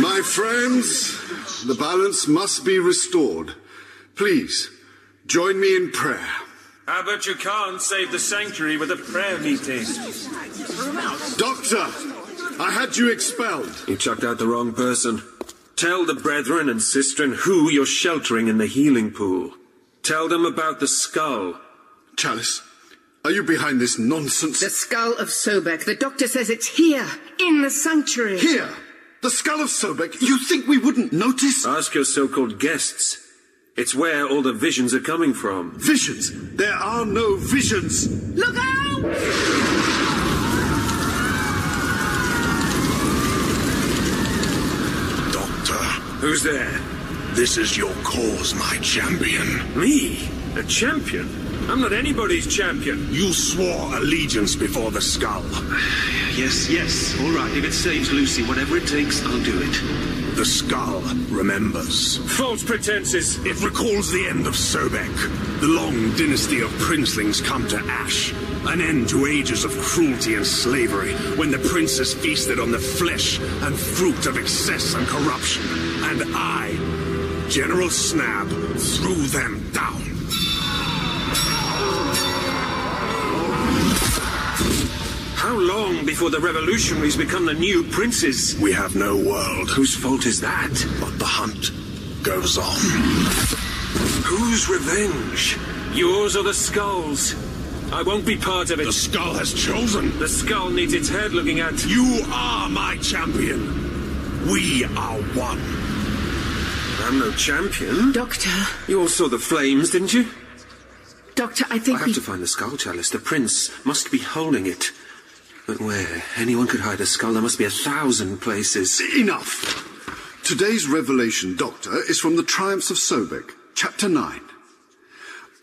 [SPEAKER 1] My friends, the balance must be restored. Please, join me in prayer.
[SPEAKER 18] Abbot, you can't save the sanctuary with a prayer meeting.
[SPEAKER 1] Doctor, I had you expelled.
[SPEAKER 9] You chucked out the wrong person. Tell the brethren and sistren who you're sheltering in the healing pool. Tell them about the skull.
[SPEAKER 1] Chalice, are you behind this nonsense?
[SPEAKER 2] The skull of Sobek. The doctor says it's here, in the sanctuary.
[SPEAKER 1] Here? The skull of Sobek? You think we wouldn't notice?
[SPEAKER 9] Ask your so called guests. It's where all the visions are coming from.
[SPEAKER 1] Visions? There are no visions.
[SPEAKER 2] Look out!
[SPEAKER 9] Who's there?
[SPEAKER 4] This is your cause, my champion.
[SPEAKER 9] Me? A champion? I'm not anybody's champion.
[SPEAKER 4] You swore allegiance before the skull.
[SPEAKER 19] yes, yes. All right. If it saves Lucy, whatever it takes, I'll do it.
[SPEAKER 4] The skull remembers.
[SPEAKER 9] False pretenses.
[SPEAKER 4] It recalls the end of Sobek. The long dynasty of princelings come to ash. An end to ages of cruelty and slavery when the princes feasted on the flesh and fruit of excess and corruption. And I, General Snab, threw them down.
[SPEAKER 9] How long before the revolutionaries become the new princes?
[SPEAKER 4] We have no world.
[SPEAKER 9] Whose fault is that?
[SPEAKER 4] But the hunt goes on.
[SPEAKER 9] Whose revenge? Yours or the skulls? I won't be part of it.
[SPEAKER 4] The skull has chosen.
[SPEAKER 9] The skull needs its head looking at.
[SPEAKER 4] You are my champion. We are one.
[SPEAKER 9] I'm no champion.
[SPEAKER 2] Doctor.
[SPEAKER 9] You all saw the flames, didn't you?
[SPEAKER 2] Doctor, I think.
[SPEAKER 9] I have
[SPEAKER 2] we...
[SPEAKER 9] to find the skull chalice. The prince must be holding it. But where? Anyone could hide a skull. There must be a thousand places.
[SPEAKER 1] Enough! Today's revelation, Doctor, is from the Triumphs of Sobek, Chapter 9.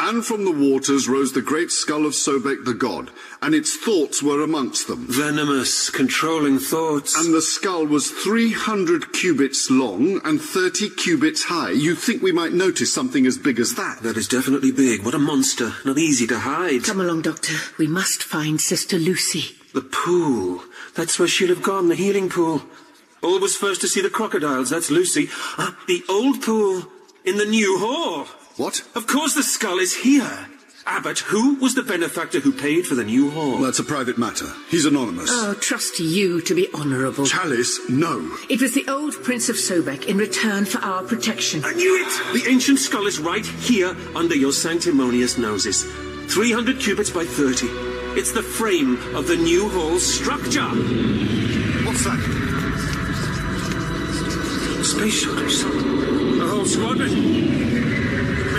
[SPEAKER 1] And from the waters rose the great skull of Sobek the god, and its thoughts were amongst them.
[SPEAKER 9] Venomous, controlling thoughts.
[SPEAKER 1] And the skull was 300 cubits long and 30 cubits high. You think we might notice something as big as that?
[SPEAKER 9] That is definitely big. What a monster. Not easy to hide.
[SPEAKER 2] Come along, Doctor. We must find Sister Lucy.
[SPEAKER 9] The pool. That's where she'll have gone, the healing pool. All was first to see the crocodiles. That's Lucy. Ah, the old pool. In the new hall.
[SPEAKER 1] What?
[SPEAKER 9] Of course the skull is here. Abbott, who was the benefactor who paid for the new hall?
[SPEAKER 1] That's a private matter. He's anonymous.
[SPEAKER 2] Oh, trust you to be honourable.
[SPEAKER 1] Chalice, no.
[SPEAKER 2] It was the old Prince of Sobek in return for our protection.
[SPEAKER 9] I knew it! The ancient skull is right here under your sanctimonious noses. 300 cubits by 30. It's the frame of the new hall's structure.
[SPEAKER 1] What's that?
[SPEAKER 9] Space shuttles. The whole squadron.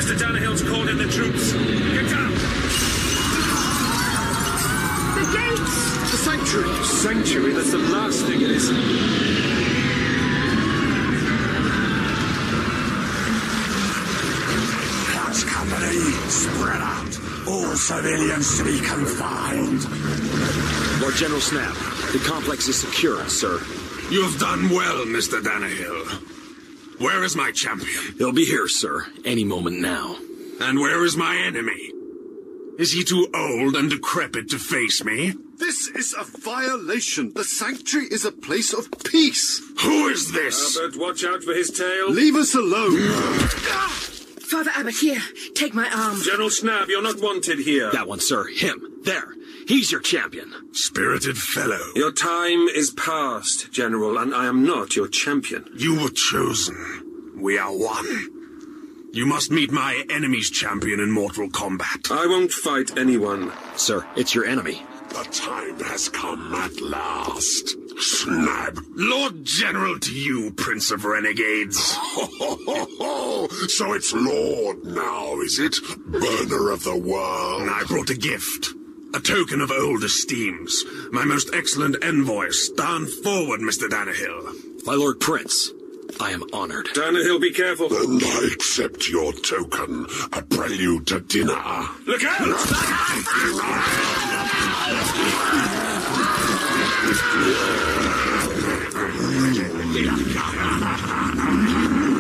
[SPEAKER 9] Mr. Danahill's called in the troops. Get down!
[SPEAKER 2] The gates!
[SPEAKER 1] The sanctuary! The
[SPEAKER 9] sanctuary, that's the last thing it is.
[SPEAKER 4] Catch company, spread out. All civilians to be confined.
[SPEAKER 16] Lord General Snap, the complex is secure, sir.
[SPEAKER 4] You have done well, Mr. Danahill. Where is my champion?
[SPEAKER 16] He'll be here, sir, any moment now.
[SPEAKER 4] And where is my enemy? Is he too old and decrepit to face me?
[SPEAKER 1] This is a violation. The sanctuary is a place of peace.
[SPEAKER 4] Who is this?
[SPEAKER 9] Abbott, watch out for his tail.
[SPEAKER 1] Leave us alone.
[SPEAKER 2] Father Abbott, here. Take my arm.
[SPEAKER 9] General Snab, you're not wanted here.
[SPEAKER 16] That one, sir. Him. There. He's your champion.
[SPEAKER 4] Spirited fellow.
[SPEAKER 9] Your time is past, General, and I am not your champion.
[SPEAKER 4] You were chosen. We are one. You must meet my enemy's champion in mortal combat.
[SPEAKER 9] I won't fight anyone.
[SPEAKER 16] Sir, it's your enemy.
[SPEAKER 4] The time has come at last. Snap! Lord General to you, Prince of Renegades. Ho, ho, ho, ho! So it's Lord now, is it? Burner of the world. And I brought a gift. A token of old esteems. My most excellent envoy, stand forward, Mr. Danahill.
[SPEAKER 16] My Lord Prince, I am honored.
[SPEAKER 9] Danahill, be careful.
[SPEAKER 4] Then I accept your token, a prelude to dinner.
[SPEAKER 9] Look out! Look out!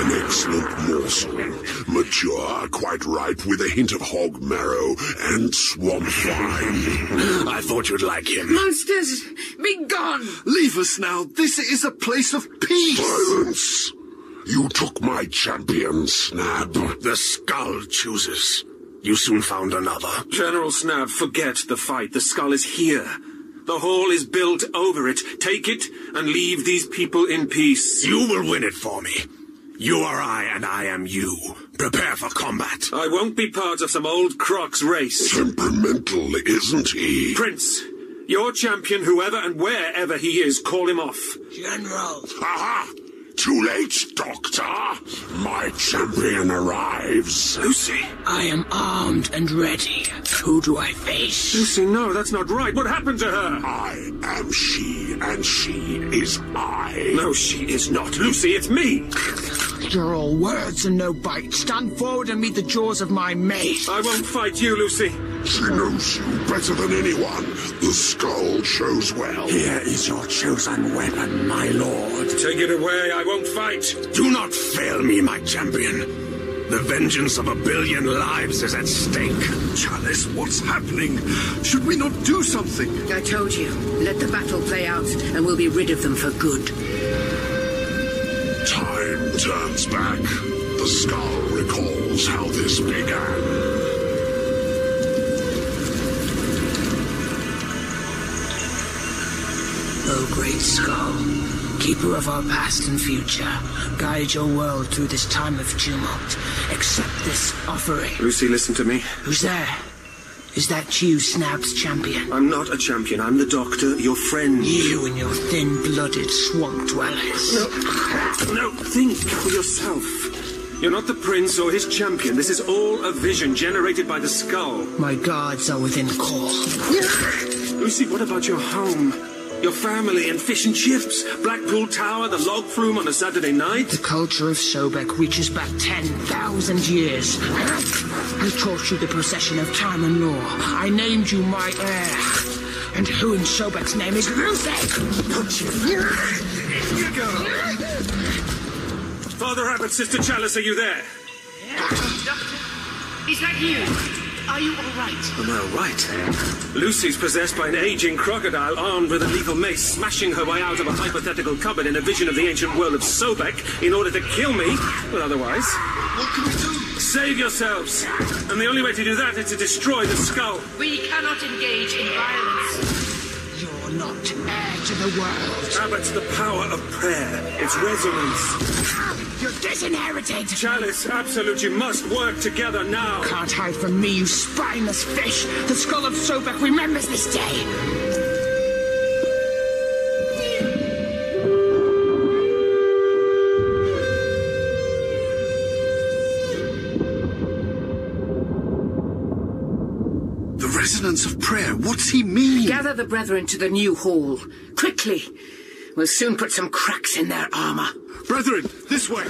[SPEAKER 4] An excellent morsel mature, quite ripe, with a hint of hog marrow and swamp wine. I thought you'd like him.
[SPEAKER 2] Monsters, be gone!
[SPEAKER 1] Leave us now. This is a place of peace.
[SPEAKER 4] Silence! You took my champion, Snab. The skull chooses. You soon found another.
[SPEAKER 9] General Snab, forget the fight. The skull is here. The hall is built over it. Take it and leave these people in peace.
[SPEAKER 4] You will win it for me. You are I, and I am you. Prepare for combat.
[SPEAKER 9] I won't be part of some old croc's race.
[SPEAKER 3] Temperamental, isn't he?
[SPEAKER 9] Prince, your champion, whoever and wherever he is, call him off.
[SPEAKER 13] General.
[SPEAKER 3] Aha! Too late, Doctor! My champion arrives.
[SPEAKER 17] Lucy! I am armed and ready. Who do I face?
[SPEAKER 9] Lucy, no, that's not right. What happened to her?
[SPEAKER 3] I am she, and she is I.
[SPEAKER 9] No, she is not. Lucy, it's me!
[SPEAKER 17] You're all words and no bite. Stand forward and meet the jaws of my mate.
[SPEAKER 9] I won't fight you, Lucy.
[SPEAKER 3] She knows you better than anyone. The skull shows well.
[SPEAKER 17] Here is your chosen weapon, my lord.
[SPEAKER 9] Take it away, I won't fight.
[SPEAKER 4] Do not fail me, my champion. The vengeance of a billion lives is at stake.
[SPEAKER 1] Chalice, what's happening? Should we not do something?
[SPEAKER 2] I told you. Let the battle play out, and we'll be rid of them for good.
[SPEAKER 3] Time turns back. The skull recalls how this began.
[SPEAKER 17] O Oh, great skull, keeper of our past and future, guide your world through this time of tumult. Accept this offering.
[SPEAKER 9] Lucy, listen to me.
[SPEAKER 17] Who's there? Is that you, Snab's champion?
[SPEAKER 9] I'm not a champion. I'm the doctor, your friend.
[SPEAKER 17] You and your thin-blooded swamp dwellers.
[SPEAKER 9] No, no, think for yourself. You're not the prince or his champion. This is all a vision generated by the skull.
[SPEAKER 17] My guards are within call.
[SPEAKER 9] Lucy, what about your home? Your family and fish and chips, Blackpool Tower, the log flume on a Saturday night.
[SPEAKER 17] The culture of Sobek reaches back 10,000 years. I taught you the procession of time and law. I named you my heir. And who in Sobek's name is Lucy? Don't you?
[SPEAKER 9] you go. Father Abbott, Sister Chalice, are you there?
[SPEAKER 2] Yeah. Doctor, is that you? Are you all right?
[SPEAKER 9] Am I all right? Lucy's possessed by an aging crocodile armed with a lethal mace, smashing her way out of a hypothetical cupboard in a vision of the ancient world of Sobek in order to kill me. But otherwise.
[SPEAKER 1] What can we do?
[SPEAKER 9] Save yourselves! And the only way to do that is to destroy the skull.
[SPEAKER 2] We cannot engage in violence.
[SPEAKER 17] You're not heir to the world.
[SPEAKER 9] Abbott's the power of prayer, its resonance.
[SPEAKER 17] You're disinherited!
[SPEAKER 9] Chalice, Absolute, you must work together now!
[SPEAKER 17] Can't hide from me, you spineless fish! The skull of Sobek remembers this day!
[SPEAKER 1] resonance of prayer. What's he mean?
[SPEAKER 2] Gather the brethren to the new hall. Quickly. We'll soon put some cracks in their armor.
[SPEAKER 1] Brethren, this way.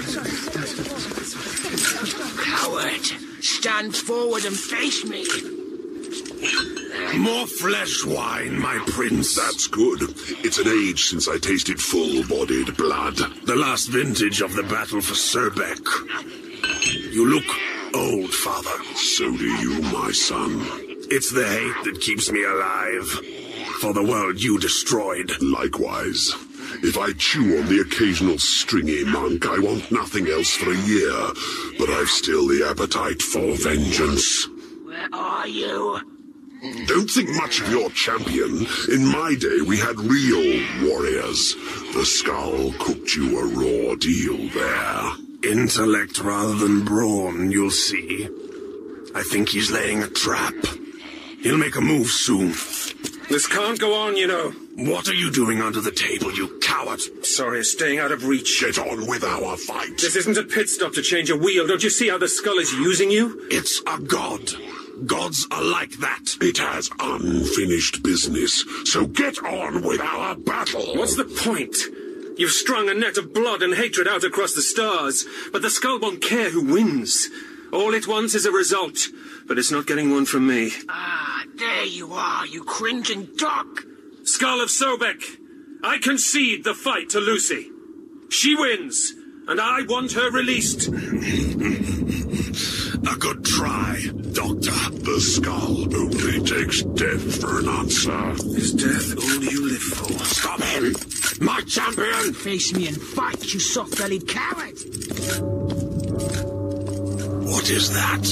[SPEAKER 17] Coward! Stand forward and face me.
[SPEAKER 4] More flesh wine, my prince.
[SPEAKER 3] That's good. It's an age since I tasted full bodied blood.
[SPEAKER 4] The last vintage of the battle for Serbeck. You look old, father.
[SPEAKER 3] So do you, my son.
[SPEAKER 4] It's the hate that keeps me alive. For the world you destroyed.
[SPEAKER 3] Likewise. If I chew on the occasional stringy monk, I want nothing else for a year. But I've still the appetite for vengeance.
[SPEAKER 17] Where are you?
[SPEAKER 3] Don't think much of your champion. In my day, we had real warriors. The skull cooked you a raw deal there.
[SPEAKER 4] Intellect rather than brawn, you'll see. I think he's laying a trap. He'll make a move soon.
[SPEAKER 9] This can't go on, you know.
[SPEAKER 4] What are you doing under the table, you coward?
[SPEAKER 9] Sorry, staying out of reach.
[SPEAKER 3] Get on with our fight.
[SPEAKER 9] This isn't a pit stop to change a wheel. Don't you see how the skull is using you?
[SPEAKER 4] It's a god. Gods are like that.
[SPEAKER 3] It has unfinished business, so get on with our battle.
[SPEAKER 9] What's the point? You've strung a net of blood and hatred out across the stars, but the skull won't care who wins. All it wants is a result, but it's not getting one from me.
[SPEAKER 17] Ah, there you are, you cringing dog!
[SPEAKER 9] Skull of Sobek, I concede the fight to Lucy. She wins, and I want her released.
[SPEAKER 4] a good try, Doctor.
[SPEAKER 3] The skull only takes death for an answer.
[SPEAKER 9] Is death all you live for?
[SPEAKER 4] Stop him! My champion!
[SPEAKER 17] Face me and fight, you soft-bellied coward!
[SPEAKER 4] What is that?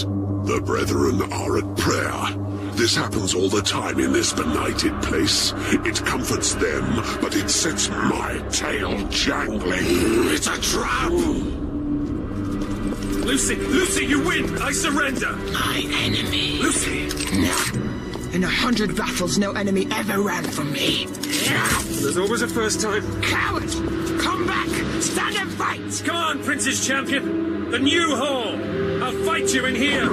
[SPEAKER 3] The brethren are at prayer. This happens all the time in this benighted place. It comforts them, but it sets my tail jangling. It's a trap!
[SPEAKER 4] Lucy, Lucy, you win! I surrender!
[SPEAKER 17] My enemy.
[SPEAKER 4] Lucy!
[SPEAKER 17] In a hundred battles, no enemy ever ran from me.
[SPEAKER 9] There's always a first time.
[SPEAKER 17] Coward! Come back! Stand and fight!
[SPEAKER 4] Come on, Prince's Champion! The new hall! I'll fight you in here!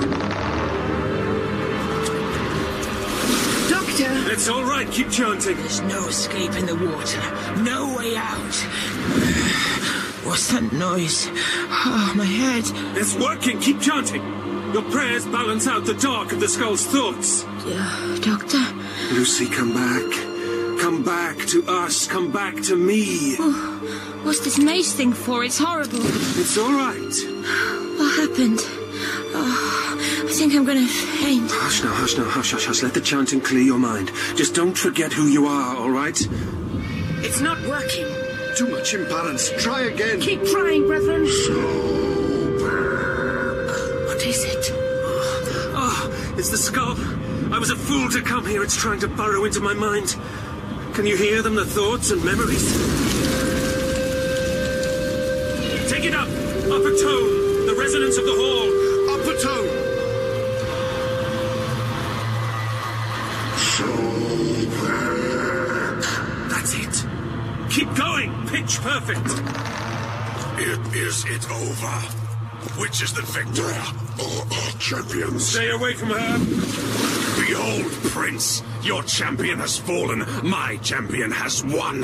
[SPEAKER 2] Doctor!
[SPEAKER 4] It's all right, keep chanting.
[SPEAKER 17] There's no escape in the water. No way out. What's that noise? Oh, my head.
[SPEAKER 4] It's working, keep chanting! Your prayers balance out the dark of the skull's thoughts.
[SPEAKER 8] Yeah, Doctor?
[SPEAKER 9] Lucy, come back. Come back to us. Come back to me.
[SPEAKER 8] Oh, what's this maze thing for? It's horrible.
[SPEAKER 9] It's all right.
[SPEAKER 8] What happened? Oh, I think I'm gonna faint.
[SPEAKER 9] Hush now, hush now, hush, hush, hush. Let the chanting clear your mind. Just don't forget who you are, all right?
[SPEAKER 2] It's not working.
[SPEAKER 1] Too much imbalance. Try again.
[SPEAKER 2] Keep trying, brethren.
[SPEAKER 17] What is it?
[SPEAKER 9] Oh, it's the skull. I was a fool to come here. It's trying to burrow into my mind. Can you hear them, the thoughts and memories? Take it up! Upper tone! The resonance of the hall!
[SPEAKER 1] Upper tone.
[SPEAKER 4] That's it. Keep going! Pitch perfect!
[SPEAKER 3] It is it over. Which is the victor or our champions?
[SPEAKER 4] Stay away from her!
[SPEAKER 3] Behold, Prince, your champion has fallen. My champion has won.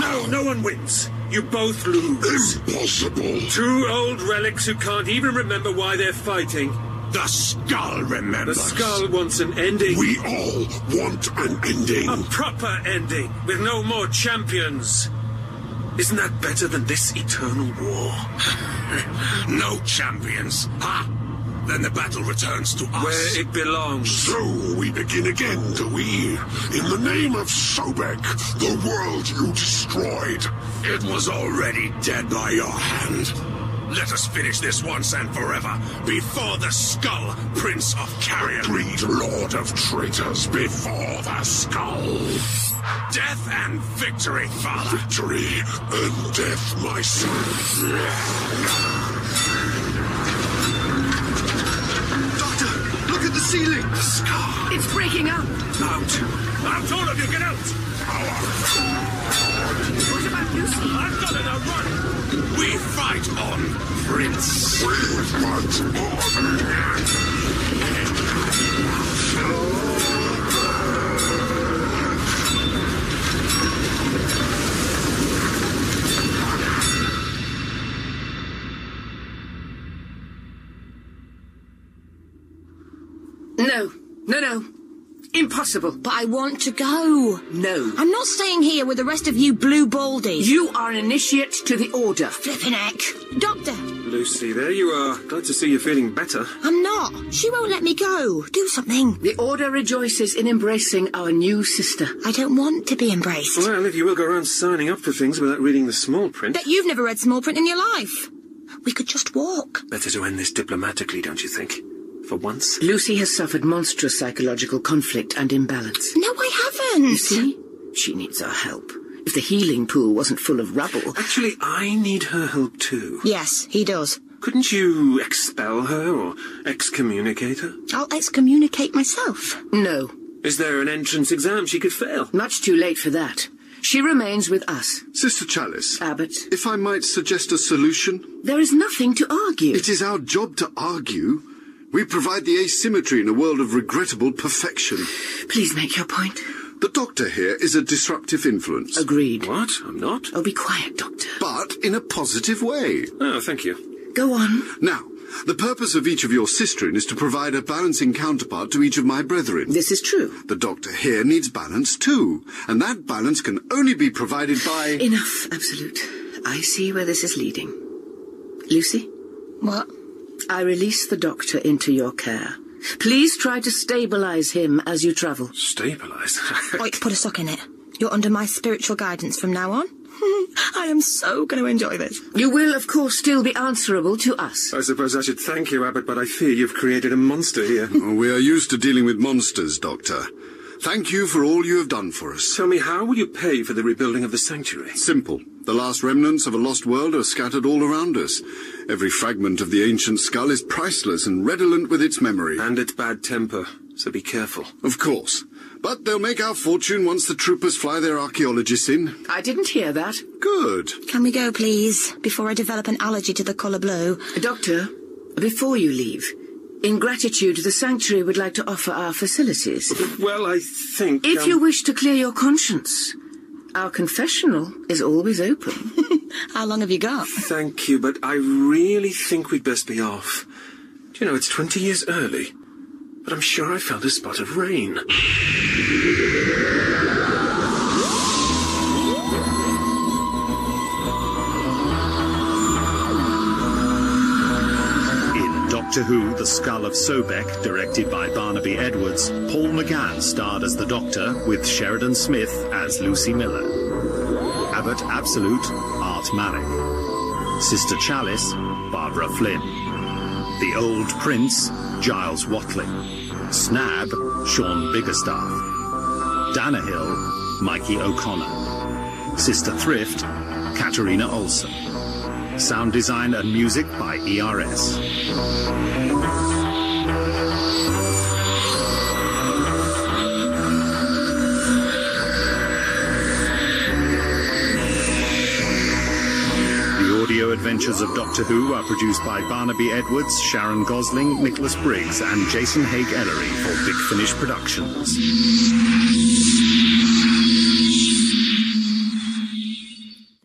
[SPEAKER 4] No, no one wins. You both lose.
[SPEAKER 3] Impossible.
[SPEAKER 4] Two old relics who can't even remember why they're fighting.
[SPEAKER 3] The skull
[SPEAKER 4] The
[SPEAKER 3] remembers.
[SPEAKER 4] skull wants an ending.
[SPEAKER 3] We all want an ending.
[SPEAKER 4] A proper ending, with no more champions. Isn't that better than this eternal war?
[SPEAKER 3] No champions. Ha! Then the battle returns to us.
[SPEAKER 4] Where it belongs.
[SPEAKER 3] So we begin again, do we? In the name of Sobek, the world you destroyed. It was already dead by your hand. Let us finish this once and forever, before the skull, Prince of Carrion. Greed, Lord of Traitors, before the skull. Death and victory, Father. Victory and death, my son.
[SPEAKER 1] Doctor, look at the ceiling.
[SPEAKER 4] Skull!
[SPEAKER 2] It's breaking up.
[SPEAKER 4] Out! Out, all of you, get out!
[SPEAKER 2] What about Lucy?
[SPEAKER 4] I've got it, now run!
[SPEAKER 3] We fight on, Prince. We fight on.
[SPEAKER 2] No, no, no. Impossible.
[SPEAKER 8] But I want to go.
[SPEAKER 2] No.
[SPEAKER 8] I'm not staying here with the rest of you blue baldies.
[SPEAKER 2] You are initiate to the order.
[SPEAKER 8] Flippin' heck. Doctor,
[SPEAKER 9] Lucy, there you are. Glad to see you're feeling better.
[SPEAKER 8] I'm not. She won't let me go. Do something.
[SPEAKER 2] The order rejoices in embracing our new sister.
[SPEAKER 8] I don't want to be embraced.
[SPEAKER 9] Well, if you will go around signing up for things without reading the small print.
[SPEAKER 8] Bet you've never read small print in your life. We could just walk.
[SPEAKER 9] Better to end this diplomatically, don't you think? For once.
[SPEAKER 2] Lucy has suffered monstrous psychological conflict and imbalance.
[SPEAKER 8] No, I haven't.
[SPEAKER 2] See? She needs our help. If the healing pool wasn't full of rubble,
[SPEAKER 9] Actually, I need her help too.
[SPEAKER 8] Yes, he does.
[SPEAKER 9] Couldn't you expel her or excommunicate her?
[SPEAKER 8] I'll excommunicate myself.
[SPEAKER 2] no.
[SPEAKER 9] Is there an entrance exam she could fail?
[SPEAKER 2] Much too late for that. She remains with us,
[SPEAKER 1] Sister Chalice,
[SPEAKER 2] Abbot.
[SPEAKER 1] if I might suggest a solution,
[SPEAKER 2] There is nothing to argue.
[SPEAKER 1] it is our job to argue. We provide the asymmetry in a world of regrettable perfection.
[SPEAKER 2] Please make your point.
[SPEAKER 1] The doctor here is a disruptive influence,
[SPEAKER 2] Agreed.
[SPEAKER 9] What? I'm not.
[SPEAKER 2] Oh, be quiet, Doctor.
[SPEAKER 1] but in a positive way.
[SPEAKER 9] Oh, thank you.
[SPEAKER 2] Go on.
[SPEAKER 1] Now, the purpose of each of your sistren is to provide a balancing counterpart to each of my brethren.
[SPEAKER 2] This is true.
[SPEAKER 1] The doctor here needs balance too, and that balance can only be provided by.
[SPEAKER 2] Enough, Absolute. I see where this is leading. Lucy,
[SPEAKER 8] What?
[SPEAKER 2] I release the doctor into your care. Please try to stabilize him as you travel.
[SPEAKER 9] Stabilize.
[SPEAKER 8] Wait, put a sock in it. You're under my spiritual guidance from now on. I am so going to enjoy this.
[SPEAKER 2] You will, of course, still be answerable to us.
[SPEAKER 9] I suppose I should thank you, Abbot, but I fear you've created a monster here.
[SPEAKER 1] we are used to dealing with monsters, Doctor. Thank you for all you have done for us.
[SPEAKER 9] Tell me, how will you pay for the rebuilding of the sanctuary?
[SPEAKER 1] Simple. The last remnants of a lost world are scattered all around us. Every fragment of the ancient skull is priceless and redolent with its memory.
[SPEAKER 9] And its bad temper, so be careful.
[SPEAKER 1] Of course. But they'll make our fortune once the troopers fly their archaeologists in.
[SPEAKER 2] I didn't hear that.
[SPEAKER 1] Good.
[SPEAKER 13] Can we go, please, before I develop an allergy to the colour blue?
[SPEAKER 2] Doctor, before you leave, in gratitude, the sanctuary would like to offer our facilities.
[SPEAKER 9] Well, I think.
[SPEAKER 2] If
[SPEAKER 9] um,
[SPEAKER 2] you wish to clear your conscience, our confessional is always open.
[SPEAKER 8] How long have you got?
[SPEAKER 9] Thank you, but I really think we'd best be off. Do you know, it's 20 years early, but I'm sure I felt a spot of rain.
[SPEAKER 5] In Doctor Who The Skull of Sobek, directed by Barnaby Edwards, Paul McGann starred as the Doctor, with Sheridan Smith as Lucy Miller. Abbott Absolute, Art Manick. Sister Chalice, Barbara Flynn. The Old Prince, Giles Watley. Snab, Sean Biggerstaff. Danahill, Mikey O'Connor. Sister Thrift, Katarina Olson. Sound design and music by E ERS. The audio adventures of Doctor Who are produced by Barnaby Edwards, Sharon Gosling, Nicholas Briggs, and Jason Haig Ellery for Big Finish Productions.